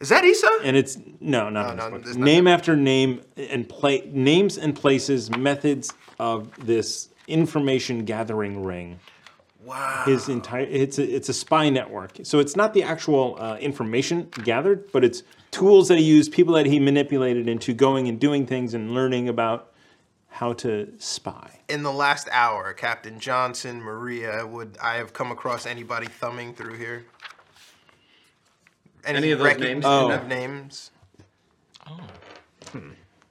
S9: Is that Issa?
S1: and it's no not,
S9: No,
S1: no,
S9: no, it's not
S1: name after name and play names and places methods of this information gathering ring.
S9: Wow.
S1: His entire it's a, it's a spy network. So it's not the actual uh, information gathered, but it's tools that he used, people that he manipulated into going and doing things and learning about how to spy.
S9: In the last hour, Captain Johnson, Maria, would I have come across anybody thumbing through here?
S11: Any of those
S9: recognition
S11: names? Oh.
S9: of names?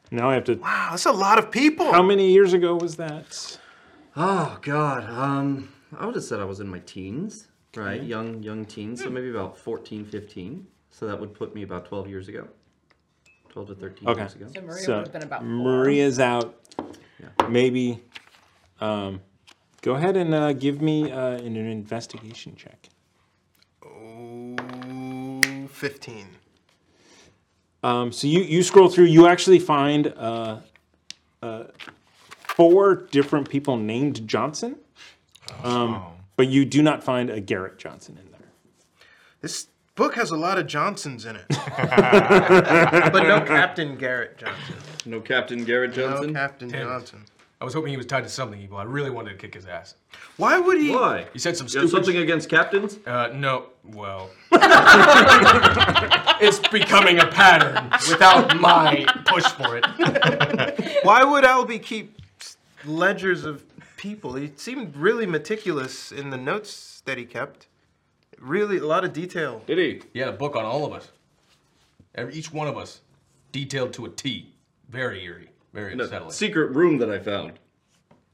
S1: Now I have to.
S9: Wow, that's a lot of people.
S1: How many years ago was that?
S11: Oh God. Um, I would have said I was in my teens, right?
S1: Okay.
S11: Young, young teens. So maybe about 14, 15. So that would put me about 12 years ago. 12 to 13
S1: Okay.
S11: years ago.
S1: Maria's out. Maybe. Um, go ahead and uh, give me uh, an, an investigation check.
S9: Ooh, Fifteen.
S1: Um, so you, you scroll through, you actually find uh, uh, four different people named Johnson, um, but you do not find a Garrett Johnson in there.
S9: This book has a lot of Johnsons in it,
S1: But
S9: but no Captain Garrett Johnson.
S11: No Captain Garrett
S9: Johnson. No Captain Johnson.
S8: I was hoping he was tied to something evil. I really wanted to kick his ass.
S9: Why would he?
S11: Why?
S8: He said some
S11: You have
S8: stupid.
S11: something against captains?
S8: Uh, no. Well, it's becoming a pattern without my push for it.
S9: Why would Albie keep s- ledgers of people? He seemed really meticulous in the notes that he kept. Really, a lot of detail.
S11: Did he?
S8: He had a book on all of us. Every, each one of us, detailed to a T. Very eerie. Very
S11: No,
S8: unsettling.
S11: secret room that I found.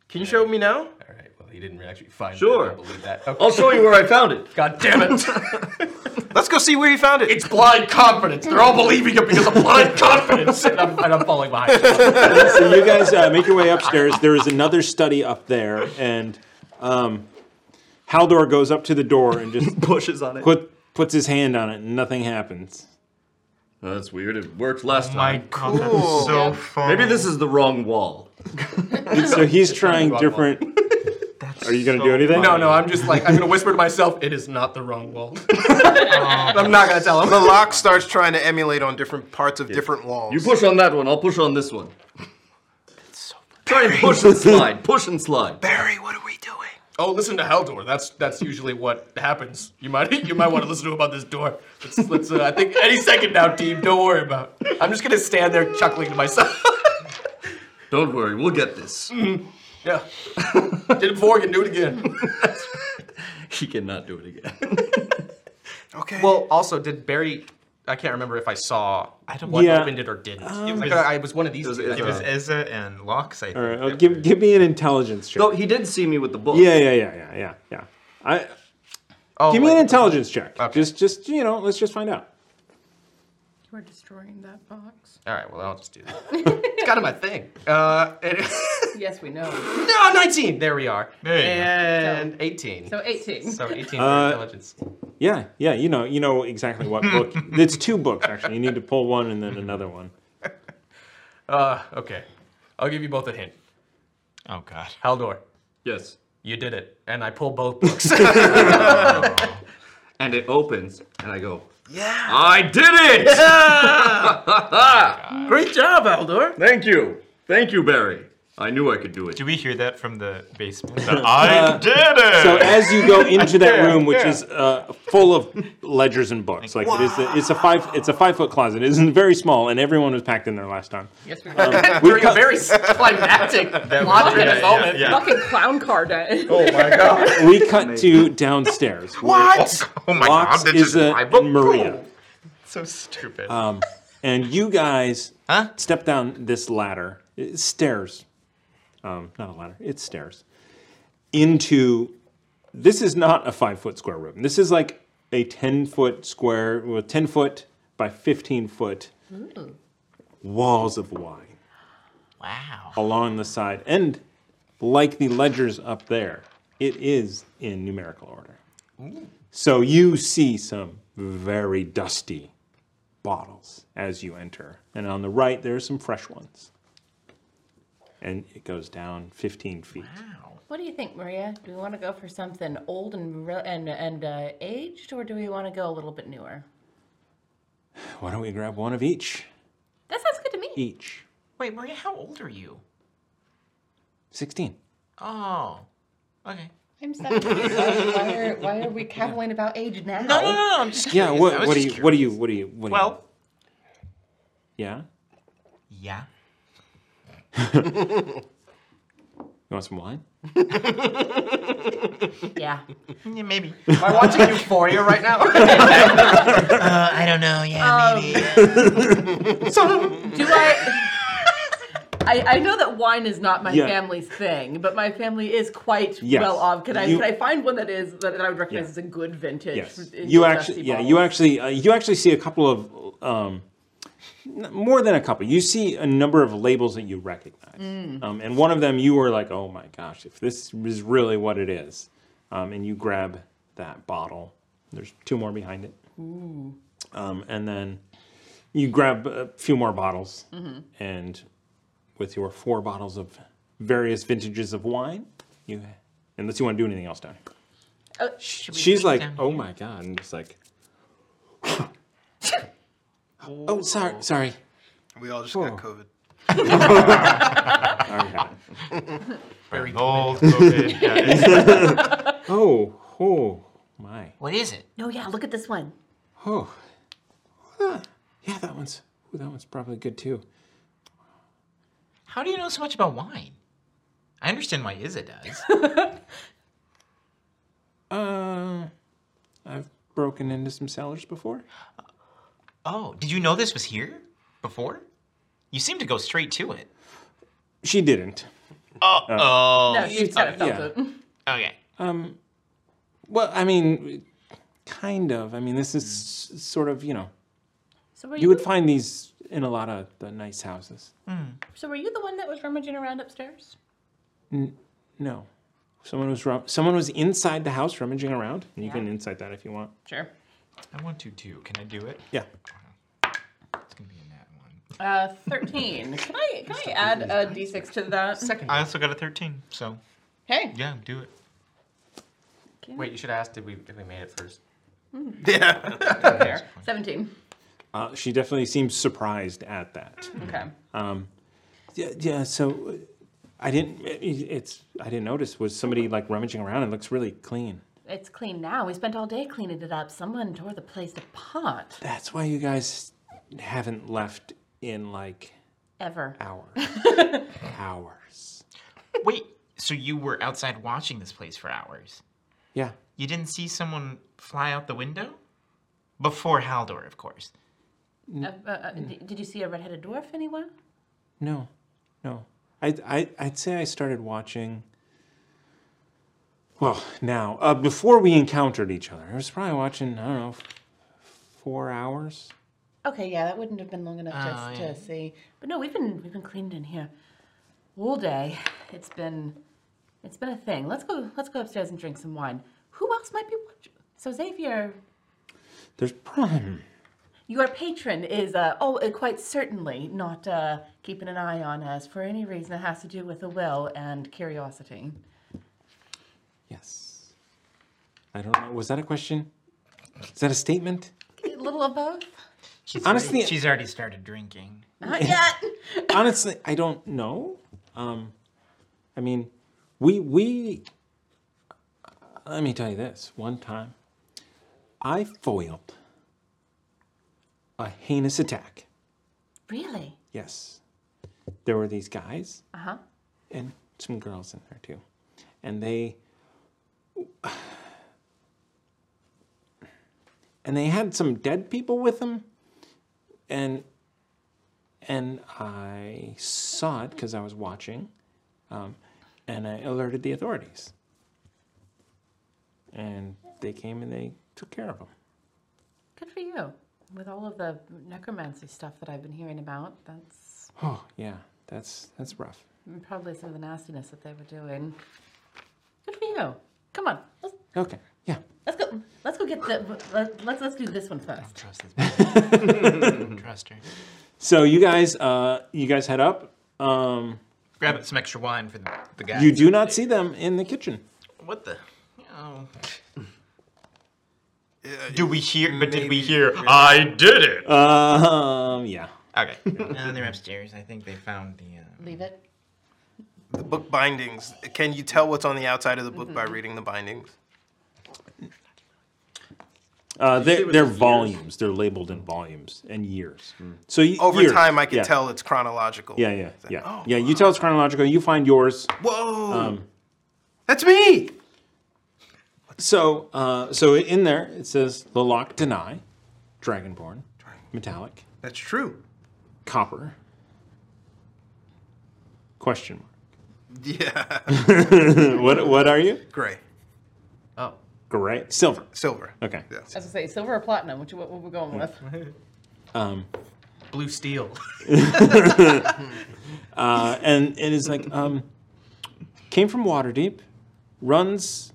S9: Can you show me now? All
S8: right. Well, he didn't actually find
S11: Sure.
S8: it. I don't believe that. Okay.
S11: I'll show you where I found it.
S8: God damn it.
S9: Let's go see where he found it.
S8: It's blind confidence. They're all believing it because of blind confidence. And I'm, and I'm falling behind.
S1: so you guys uh, make your way upstairs. There is another study up there, and um, Haldor goes up to the door and just
S11: pushes on it.
S1: Put, puts his hand on it, and nothing happens.
S11: that's weird. It worked
S8: Oh
S11: last time.
S1: God, that's Cool. so fun.
S11: Maybe this is the wrong wall.
S1: So he's trying different. Are you gonna do anything?
S8: No, no, I'm just like, I'm going to whisper to myself, it is not the wrong wall.
S9: I'm
S8: not gonna tell him.
S9: The lock starts trying to emulate on different parts of different walls.
S11: You push on that one. I'll push on this one. Try and push and slide. Push and slide.
S9: Barry,
S8: what are we doing? Oh, listen to Haldor. That's that's usually what happens. You might you might want to listen to about this door. Let's, let's uh, I think any second now, team. Don't worry about. it. I'm just gonna stand there chuckling to myself.
S11: Don't worry, we'll get this.
S8: Mm, yeah. Did it before, can do it again.
S11: He cannot do it again.
S9: Okay.
S7: Well, also, did Barry? I can't remember if I saw. I don't. What
S1: Yeah.
S7: opened it or didn't?
S1: Um,
S7: it was, like,
S1: It was-
S7: I was one of these.
S1: it was
S7: two.
S1: It was Ezra.
S7: Ezra and Locks. I
S1: All right, uh, give give me an intelligence check.
S11: Though he did see me with the book.
S1: Yeah, yeah, yeah, yeah, yeah, yeah. I
S6: Oh,
S7: Oh,
S1: give me an intelligence check. Just just you know, let's just find out.
S4: We're destroying that box.
S7: All right, well, I'll just do that. it's kind of my thing. Uh, and-
S4: yes, we know.
S7: no, 19. There we are.
S4: There you go.
S7: and 18.
S4: So 18.
S7: So 18 for
S1: Uh,
S7: intelligence.
S1: Yeah, yeah, you know, you know exactly what book. It's two books actually. You need to pull one and then another one.
S8: Uh, okay. I'll give you both a hint.
S6: Oh God.
S8: Haldor.
S11: Yes.
S8: You did it, and I pull both books.
S11: and it opens, and I go,
S8: yeah.
S11: I did it!
S7: Great job, Aldor.
S11: Thank you. Thank you, Barry. I knew I could do it.
S6: Do we hear that from the basement? The, I did it.
S1: Uh, So as you go into that
S6: Yeah,
S1: room, which
S6: yeah.
S1: is uh, full of ledgers and books, like it is, the, it's a five, it's a five foot closet. It isn't very small, and everyone was packed in there last time.
S4: Yes, we
S1: Um,
S4: are.
S1: we've got-
S4: climactic
S1: was
S4: plot
S1: pretty
S4: at
S1: nice,
S4: a moment.
S1: yeah, yeah.
S4: Fucking clown car day.
S1: we cut to downstairs.
S4: What?
S1: Oh
S6: my
S1: Locks
S6: God, this
S1: is
S6: is
S1: a
S6: my book.
S1: Maria.
S6: so stupid.
S1: Um, and you guys step down this ladder, it's stairs, um, not a ladder, it's stairs, into this is not a five foot square room. This is like a 10 foot square, well, 10 foot by 15 foot walls of wine. Wow. Along the side. And like the ledgers up there, it is in numerical order. So you see some very dusty bottles as you enter. And on the right, there are some fresh ones. And it goes down 15 feet.
S10: What do you think, Maria? Do we want to go for something old and re- and and uh, aged, or do we want to go a little bit newer?
S1: Why don't we grab one of each?
S10: That sounds good to me.
S1: Each.
S3: Wait, Maria, how old are you?
S1: 16.
S3: Oh. Okay.
S10: I'm sorry. why, are, why are we caviling about age now?
S3: No, no, no, no, I'm just
S1: Yeah,
S3: curious. I
S1: what,
S3: was
S1: what, do
S3: just
S1: you, what do you, what do you, what do you,
S3: Well,
S1: yeah?
S3: yeah.
S1: you want some wine?
S10: Yeah.
S3: yeah. Maybe.
S7: Am I watching Euphoria right now?
S3: Uh, I don't know.
S1: Um.
S3: Yeah, maybe.
S4: Do I? I, I know that wine is not my
S1: Yeah.
S4: family's thing, but my family is quite
S1: Yes.
S4: well off. Can I
S1: You-
S4: can I find one that is that, that I would recognize as a good vintage?
S1: Yes.
S4: in
S1: You
S4: the
S1: actually,
S4: dusty
S1: yeah,
S4: bottle?
S1: you actually, uh, you actually see a couple of, um, n- more than a couple. You see a number of labels that you recognize.
S4: Mm.
S1: Um, and one of them, you were like, oh my gosh, if this is really what it is. Um, and you grab that bottle. There's two more behind it.
S4: Ooh.
S1: Um, and then you grab a few more bottles.
S4: Mhm.
S1: And with your four bottles of various vintages of wine, you, unless you want to do anything else down here.
S4: Oh,
S1: She's like, oh my God. And just like, oh, sorry, sorry.
S14: We all just got COVID.
S3: Very
S6: old
S1: COVID,
S6: yeah.
S1: oh, oh, my.
S3: What is it?
S10: No, yeah. Look at this one.
S1: Oh. Huh. Yeah, that one's ooh, that one's probably good too.
S3: How do you know so much about wine? I understand why Izza does.
S1: Uh, I've broken into some cellars before.
S6: Oh, did you know this was here before? You seem to go straight to it.
S1: She didn't.
S6: Oh, oh.
S4: No, she's kind of felt
S1: yeah.
S4: it.
S6: Okay.
S1: Um, well, I mean, kind of. I mean, this is s- sort of you know,
S10: So were
S1: you would find these in a lot of the nice houses.
S10: So were you the one that was rummaging around upstairs?
S1: N- no, someone was rum- someone was inside the house rummaging around. And you
S10: Yeah.
S1: can incite that if you want.
S4: Sure.
S6: I want to too. Can I do it?
S1: Yeah.
S4: Uh, thirteen. can I can I add a d6 to that? Second.
S6: I also got a 13, so
S4: Hey.
S6: yeah, do it.
S4: Wait,
S6: you should ask did we if we made it first.
S1: Hmm.
S4: Yeah. Seventeen.
S1: Uh, she definitely seems surprised at that.
S4: Okay.
S1: Um, yeah, yeah. So uh, I didn't. uh, it- It's I didn't notice. Was somebody like rummaging around? It looks really clean.
S10: It's clean now. We spent all day cleaning it up. Someone tore the place apart.
S1: That's why you guys haven't left in like
S10: Ever.
S1: hours. hours.
S6: Wait, so you were outside watching this place for hours?
S1: Yeah.
S6: You didn't see someone fly out the window? Before Haldor, of course.
S10: Uh, uh, uh, d- did you see a red-headed dwarf anywhere?
S1: No, no. I I I'd say I started watching. Well, now uh, before we encountered each other, I was probably watching. I don't know, f- four hours.
S4: Okay, yeah, that wouldn't have been long enough
S7: Oh,
S4: just
S7: yeah.
S4: to see. But no, we've been we've been cleaned in here all day. It's been it's been a thing. Let's go let's go upstairs and drink some wine. Who else might be watching? So Xavier,
S1: There's prime.
S4: your patron is uh, oh uh, quite certainly not uh, keeping an eye on us for any reason that has to do with the will and curiosity.
S1: Yes. I don't know. Was that a question? Is that a statement?
S4: A little of both.
S7: She's
S1: Honestly,
S7: already,
S1: I-
S7: she's already started drinking.
S4: Not yet.
S1: Honestly, I don't know. Um, I mean, we we. Let me tell you this. One time, I foiled a heinous attack.
S4: Really?
S1: Yes, there were these guys
S4: Uh huh.
S1: and some girls in there too, and they. And they had some dead people with them, and and I saw it because I was watching, um, and I alerted the authorities. And they came and they took care of them.
S4: Good for you. With all of the necromancy stuff that I've been hearing about, that's
S1: Oh yeah, that's that's rough.
S4: probably some of the nastiness that they were doing. Good for you. Come on, let's,
S1: Okay, yeah.
S4: let's go. Let's go get the. Let, let's let's do this one first.
S7: trust this. trust her.
S1: So you guys, uh, you guys head up. Um,
S7: Grab some extra wine for the, the guy.
S1: you do not see them in the kitchen.
S7: What the? Oh.
S15: Do we hear? But did we hear? I did it.
S1: Um, yeah.
S15: Okay.
S7: no, they're upstairs. I think they found the. Uh...
S4: Leave it.
S6: The book bindings. Can you tell what's on the outside of the book by reading the bindings?
S1: Uh, they're they're volumes. They're labeled in volumes and years. So you,
S6: Hmm. Over
S1: years,
S6: time, I can
S1: yeah.
S6: tell oh, it's chronological.
S1: Yeah, yeah, yeah, yeah. You tell it's chronological. You find yours.
S6: Whoa!
S1: Um,
S6: That's me.
S1: So, uh, so in there it says Lalak Denai, Dragonborn, metallic.
S6: That's true.
S1: Copper. Question mark.
S6: Yeah.
S1: what what are you?
S6: Gray.
S7: Oh.
S1: Gray. Silver.
S6: Silver.
S1: Okay.
S4: I was gonna say silver or platinum. Which what, what we're going with?
S1: Um,
S7: Blue steel.
S1: uh, and and it's like um, came from Waterdeep, runs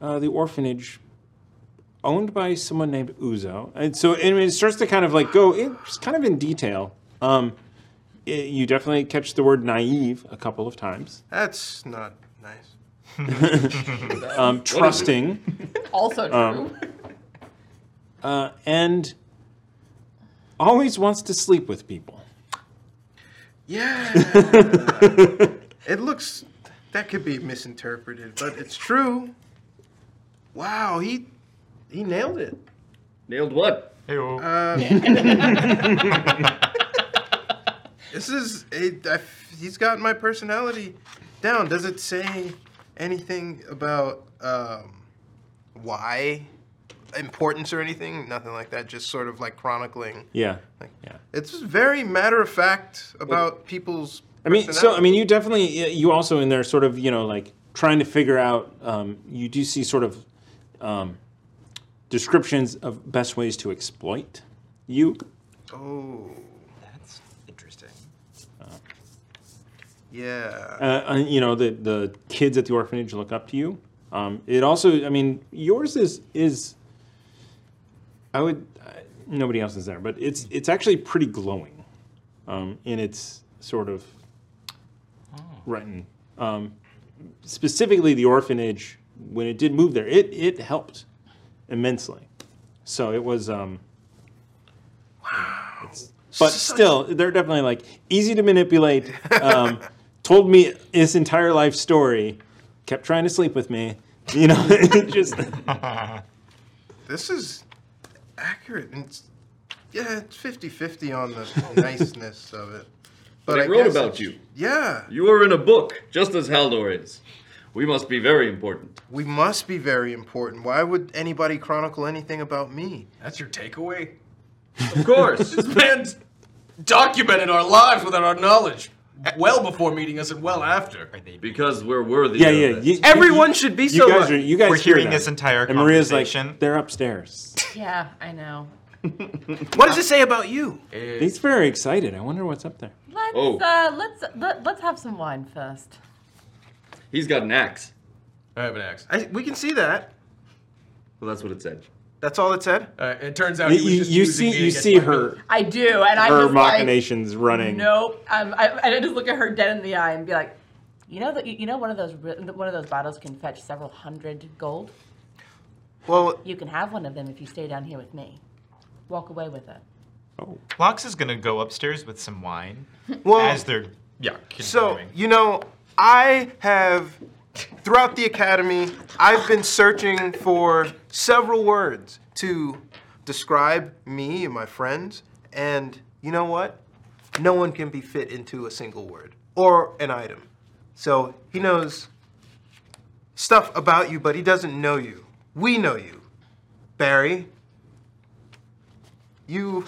S1: uh, the orphanage owned by someone named Uzo, and so and it starts to kind of like go it's kind of in detail. Um, it- you definitely catch the word naive a couple of times.
S6: That's not nice.
S1: um, trusting.
S6: Also
S1: Um, uh, and always wants to sleep with people.
S6: Yeah. it looks that could be misinterpreted, but it's true. Wow, he he nailed it.
S11: Nailed what?
S6: Uh, this is it, I, he's got my personality down. Does it say anything about um, why importance or anything? Nothing like that. Just sort of like chronicling.
S1: Yeah.
S6: It's very matter of fact about people's.
S1: I mean, so I mean, you definitely you also in there sort of you know like trying to figure out. Um, you do see sort of um, descriptions of best ways to exploit you.
S6: Oh,
S7: that's interesting.
S6: Yeah.
S1: Uh, and, you know the the kids at the orphanage look up to you. Um, it also, I mean, yours is is. I would. Uh, nobody else is there, but it's it's actually pretty glowing, um, in its sort of retin. Um, specifically, the orphanage when it did move there, it it helped immensely. So it was. Um, wow. But still, they're definitely like easy to manipulate. Um, told me his entire life story, kept trying to sleep with me. You know, it just
S6: This is accurate. And it's, yeah, it's 50 50 on the niceness of it.
S11: But I
S6: I
S11: wrote
S6: guess
S11: about
S6: it's-
S11: you.
S6: Yeah.
S11: You were in a book, just as Haldor is. We must be very important.
S6: We must be very important. Why would anybody chronicle anything about me?
S8: That's your takeaway?
S11: Of course.
S8: this man's documented our lives without our knowledge, well before meeting us and well after.
S11: Because we're worthy.
S1: yeah,
S11: of
S1: yeah.
S11: it.
S1: you- you- You guys are. You guys
S15: We're
S1: hear
S15: hearing
S1: that.
S15: this entire
S1: And Maria's like, they're upstairs.
S4: yeah, I know.
S9: What does it say about you?
S1: He's very excited. I wonder what's up there.
S4: Let's
S11: Oh.
S4: uh, let's let, let's have some wine first.
S11: He's got an axe.
S8: I have an axe.
S9: I, we can see that.
S11: Well, that's what it said.
S9: That's all it said.
S8: Uh, it turns out
S1: You,
S8: he was
S1: you,
S8: just
S1: you see,
S8: using me to
S1: you
S8: get
S1: see
S8: my-
S1: her,
S4: I do, and I
S1: her
S4: just like
S1: machinations running.
S4: Nope. Um, I, and I just look at her dead in the eye and be like, you know that you, you know one of those re- one of those bottles can fetch several hundred gold.
S9: Well,
S4: you can have one of them if you stay down here with me. Walk away with it.
S6: Lox is gonna go upstairs with some wine.
S9: Well,
S6: as they're yeah.
S9: So, you know, I have, throughout the academy, I've been searching for several words to describe me and my friends, and you know what? No one can be fit into a single word or an item. So he knows stuff about you, but he doesn't know you. We know you. Barry, you,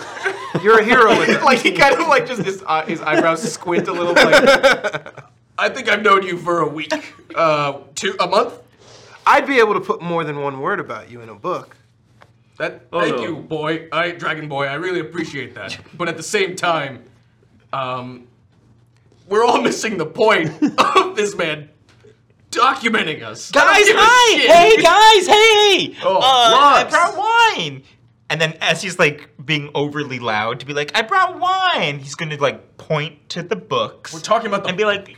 S9: you're a hero with us.
S6: like he kind of like just his, eye his eyebrows squint a little. Like,
S13: I think I've known you for a week, uh, two, a month.
S9: I'd be able to put more than one word about you in a book.
S8: That,
S9: Oh,
S8: thank
S9: no.
S8: you, boy. I, Dragon Boy, I really appreciate that. But at the same time, um, we're all missing the point of this man documenting us.
S6: guys, hi, hey, guys, hey.
S8: Oh,
S6: uh, I
S8: Lox.
S6: brought wine. And then as he's like being overly loud to be like, I brought wine. He's gonna like point to the books. We're
S8: talking about the
S6: and be like,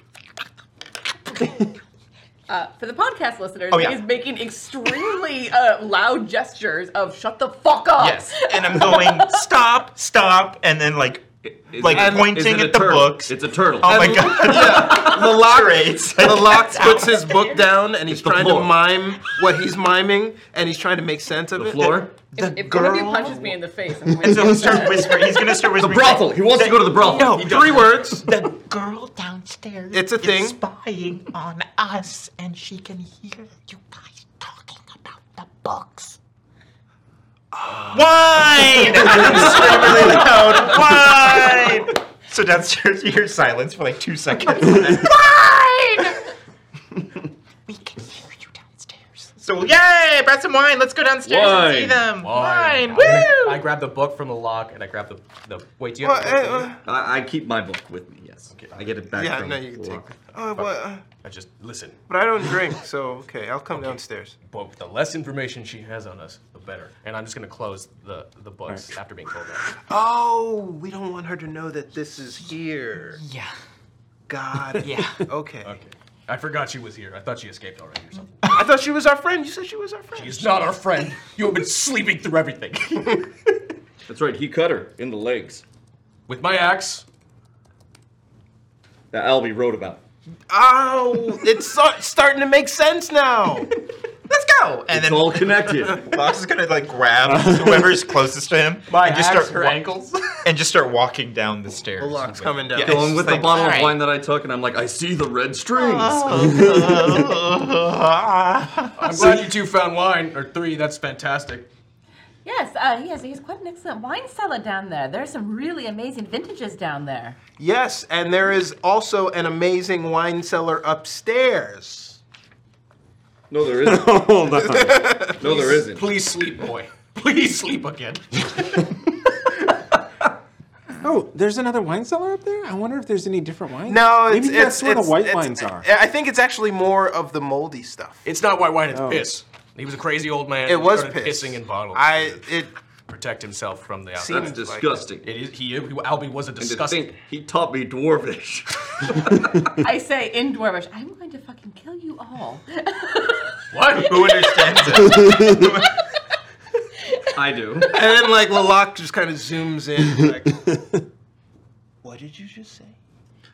S4: Uh, for the podcast listeners,
S6: Oh, yeah.
S4: he's making extremely uh, loud gestures of "shut the fuck up."
S6: yes. And I'm going stop, stop, and then like. like
S11: it- is
S6: pointing
S11: it a
S6: at the
S11: turtle?
S6: books.
S11: It's a turtle.
S6: Oh my god.
S9: Lalox, Lalox puts his book down and he's
S11: the
S9: trying
S11: floor.
S9: to mime what he's miming and he's trying to make sense of it.
S11: floor?
S9: The
S4: If
S9: girl.
S4: one of you punches me in the face, I'm
S6: And so
S4: gonna
S6: he'll start whispering. He's gonna start whispering.
S9: brothel. He wants to go to the brothel.
S6: No,
S9: He does. Three words.
S6: The girl downstairs.
S9: It's a thing.
S6: Is spying on us, and she can hear you guys talking about the books. Wine! Scream really loud. Wine! So downstairs, you hear silence for like two seconds. Wine! we can hear you downstairs. So yay! Brought some wine. Let's go downstairs and see them. Wine. Woo!
S7: I grab the book from the lock and I grab the the. Wait, do you
S6: Well,
S7: have the book?
S9: uh,
S6: eh,
S11: I, I keep my book with me. Yes. I get it back.
S9: Yeah,
S11: from
S9: no, you can
S11: the-
S9: take. Oh, what?
S8: I just listen.
S9: But I don't drink, so okay, I'll come downstairs.
S8: But the less information she has on us, the better. And I'm just gonna close the the books after being told that.
S9: Oh, we don't want her to know that this is here.
S6: Yeah.
S9: God.
S6: Yeah.
S9: Okay.
S8: I forgot she was here. I thought she escaped already or something.
S9: I thought she was our friend. You said she was our friend.
S8: She's not our friend. You have been sleeping through everything.
S11: That's right. He cut her in the legs
S8: with my axe.
S11: That Albie wrote about.
S9: Oh, it's so- starting to make sense now.
S6: Let's go. And
S11: It's all connected.
S6: Fox is gonna like grab whoever's closest to him
S7: My
S6: and just
S7: axe,
S6: start
S7: her
S6: wa-
S7: ankles.
S6: and just start walking down the stairs.
S9: The lock's coming down.
S6: Yeah, it's
S11: Going
S6: just
S11: with the
S6: like,
S11: bottle of
S6: alright.
S11: wine that I took, and I'm like, I see the red strings.
S1: Oh.
S9: Ah.
S8: I'm glad you two found wine or three. That's fantastic.
S4: Yes, uh, he has. He's quite an excellent wine cellar down there. There are some really amazing vintages down there.
S9: Yes, and there is also an amazing wine cellar upstairs.
S11: No, there isn't.
S1: Hold on.
S11: No, there isn't.
S8: Please sleep, boy. Please sleep again.
S1: Oh, there's another wine cellar up there? I wonder if there's any different wines.
S9: No, it's,
S1: Maybe
S9: it's,
S1: that's where the
S9: it's-
S1: white
S9: it's-
S1: wines are.
S9: I think it's actually more of the moldy stuff.
S8: It's not white wine. It's
S1: Oh.
S8: piss. He was a crazy old man.
S9: It
S8: who
S9: was
S8: started
S9: piss.
S8: pissing in bottles.
S9: I it
S8: protect himself from the outside.
S11: That's disgusting.
S8: It is. He, Albie was a
S11: And to
S8: disgusting.
S11: think he taught me dwarvish.
S4: I say in Dwarvish, I'm going to fucking kill you all.
S8: What?
S6: Who understands
S9: and
S11: I do.
S9: then like Lalac just kind of zooms in. Like,
S6: What did you just say?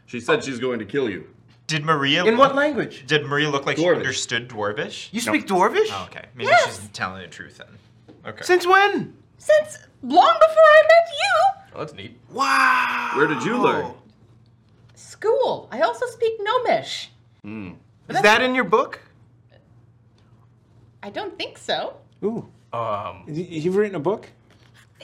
S11: She said she's going to kill you.
S6: Did Maria?
S9: In what language?
S6: Did Maria look like
S11: Dwarvish.
S6: she understood Dwarvish?
S9: you speak Dwarvish?
S6: Oh, okay. Maybe she's telling the truth then. Okay.
S9: Since when?
S4: Since long before I met you,
S8: Oh, that's neat.
S9: Wow.
S11: Where did you learn?
S4: school. I also speak Gnomish.
S9: Hmm. Is that in your book?
S4: I don't think so.
S1: Ooh.
S8: Um.
S1: You've written a book?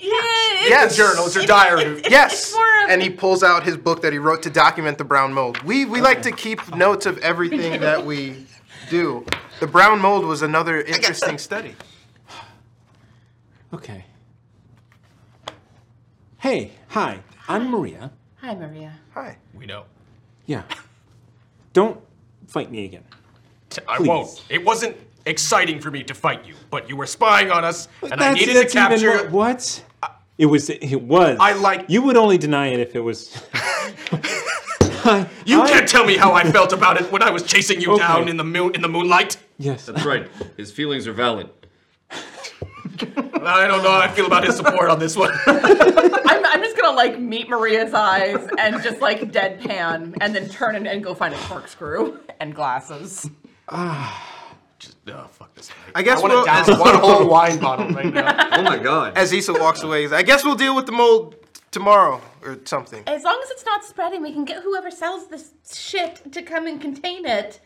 S4: Yeah, it's,
S9: Yes. yes.
S4: more of-
S9: and he pulls out his book that he wrote to document the brown mold. We we like to keep notes of everything that we do. The brown mold was another interesting study.
S1: Okay. Hey, hi, I'm Maria.
S10: Hi, Maria.
S14: Hi.
S8: We know.
S1: Yeah. Don't fight me again.
S8: I
S1: Please.
S8: won't. It wasn't exciting for me to fight you, but you were spying on us, and I
S1: That's-
S8: needed
S1: that's
S8: to
S1: even
S8: capture.
S1: more- what? It was. It was. I like. You would only deny it if it was.
S8: you can't tell me how I felt about it when I was chasing you
S1: Okay.
S8: down in the moon in the moonlight.
S1: Yes.
S11: That's right. His feelings are valid.
S8: I don't know how I feel about his support on this one.
S4: I'm, I'm just gonna like meet Maria's eyes and just like deadpan and then turn and, and go find a corkscrew and glasses.
S9: I guess
S4: wanna
S9: we'll
S4: down one whole wine
S9: bottle right
S11: now. Oh my god.
S9: As Issa walks away, he's like, I guess we'll deal with the mold tomorrow or something.
S10: As long as it's not spreading, we can get whoever sells this shit to come and contain it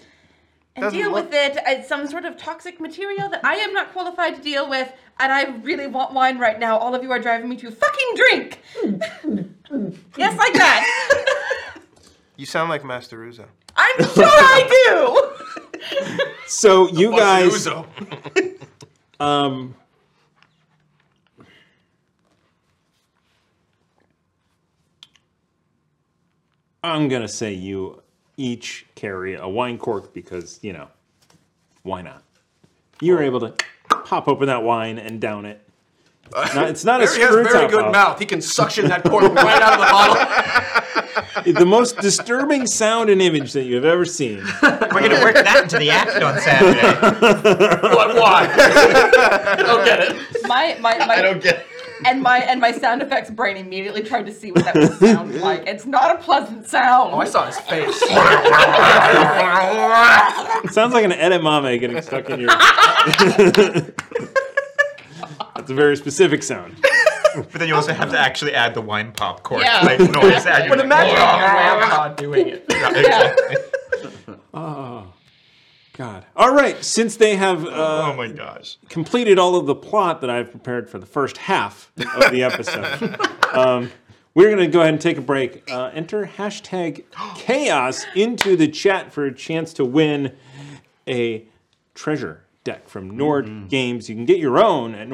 S10: and
S9: Doesn't
S10: deal
S9: look-
S10: with it as some sort of toxic material that I am not qualified to deal with. And I really want wine right now. All of you are driving me to fucking drink. yes, like that.
S9: You sound like Master Uzo.
S10: I'm sure I
S1: So you guys.
S8: Uzo.
S1: Um. I'm gonna say you each carry a wine cork because you know, why not? You
S8: Oh.
S1: were able to pop open that wine and down it. It's not, it's not a
S8: Barry has
S1: screw
S8: very
S1: top
S8: good
S1: up.
S8: mouth. He can suction that cork right out of the bottle.
S1: the most disturbing sound and image that you have ever seen.
S7: We're gonna work that into the act on Saturday.
S8: what? Why?
S4: don't get it. My my, my I don't get it. And my and my sound effects brain immediately tried to see what that would sound like. It's not a pleasant sound. Oh, I
S8: saw his face.
S1: It sounds like an edamame getting stuck in your. That's a very specific sound.
S6: But then you also have to actually add the wine popcorn.
S7: Yeah.
S6: Like, noise that you-
S7: But imagine grandpa doing it.
S1: Oh, God. All right. Since they have. Uh, oh, my
S6: gosh.
S1: Completed all of the plot that I've prepared for the first half of the episode. um, we're going to go ahead and take a break. Uh, enter hashtag chaos into the chat for a chance to win a treasure deck from Nord Games. You can get your own at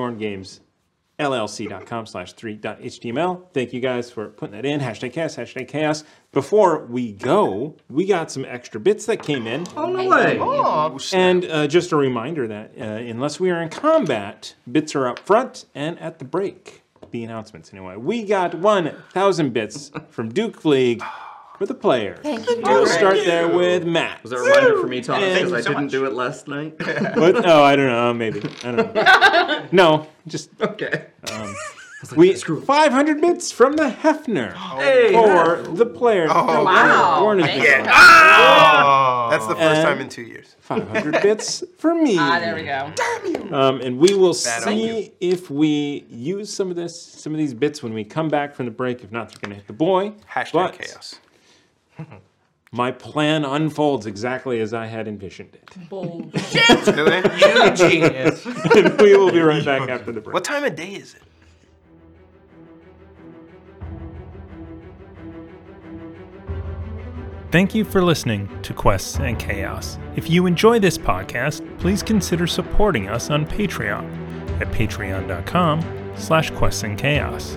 S1: nordgamesllc.com slash 3.html. Thank you guys for putting that in. Hashtag chaos, hashtag chaos. Before we go, we got some extra bits that came in.
S11: Oh, no way. Oh,
S1: And uh, just a reminder that uh, unless we are in combat, bits are up front and at the break. The announcements, anyway. We got 1,000 bits from Duke League for the player.
S10: Thank
S11: you,
S1: We'll
S11: Duke.
S1: start there
S11: Thank you.
S1: with Matt.
S11: Was that a reminder for me, Tom?
S1: And-
S11: Because I didn't do it last night.
S1: What? Oh, I don't know. Maybe. I don't know. No, just.
S11: Okay.
S1: Um, we 500 bits from the Hefner
S9: Hey,
S1: for the player.
S9: Oh,
S1: Warner-
S9: wow.
S1: Warner
S9: Thank
S1: Bros.
S9: you. Ah! That's the first
S1: And
S9: time in two years.
S1: 500 bits for me.
S4: Ah, there we go.
S1: Um, and we will
S9: Bad
S1: see if we use some of this, some of these bits when we come back from the break. If not, they're going to hit the boy. Hashtag chaos. My plan unfolds exactly as I had envisioned it.
S4: Bullshit.
S9: You genius.
S1: and we will be right back after the break.
S9: What time of day is it?
S16: Thank you for listening to Quests and Chaos. If you enjoy this podcast, please consider supporting us on Patreon at patreon.com slash quests and chaos.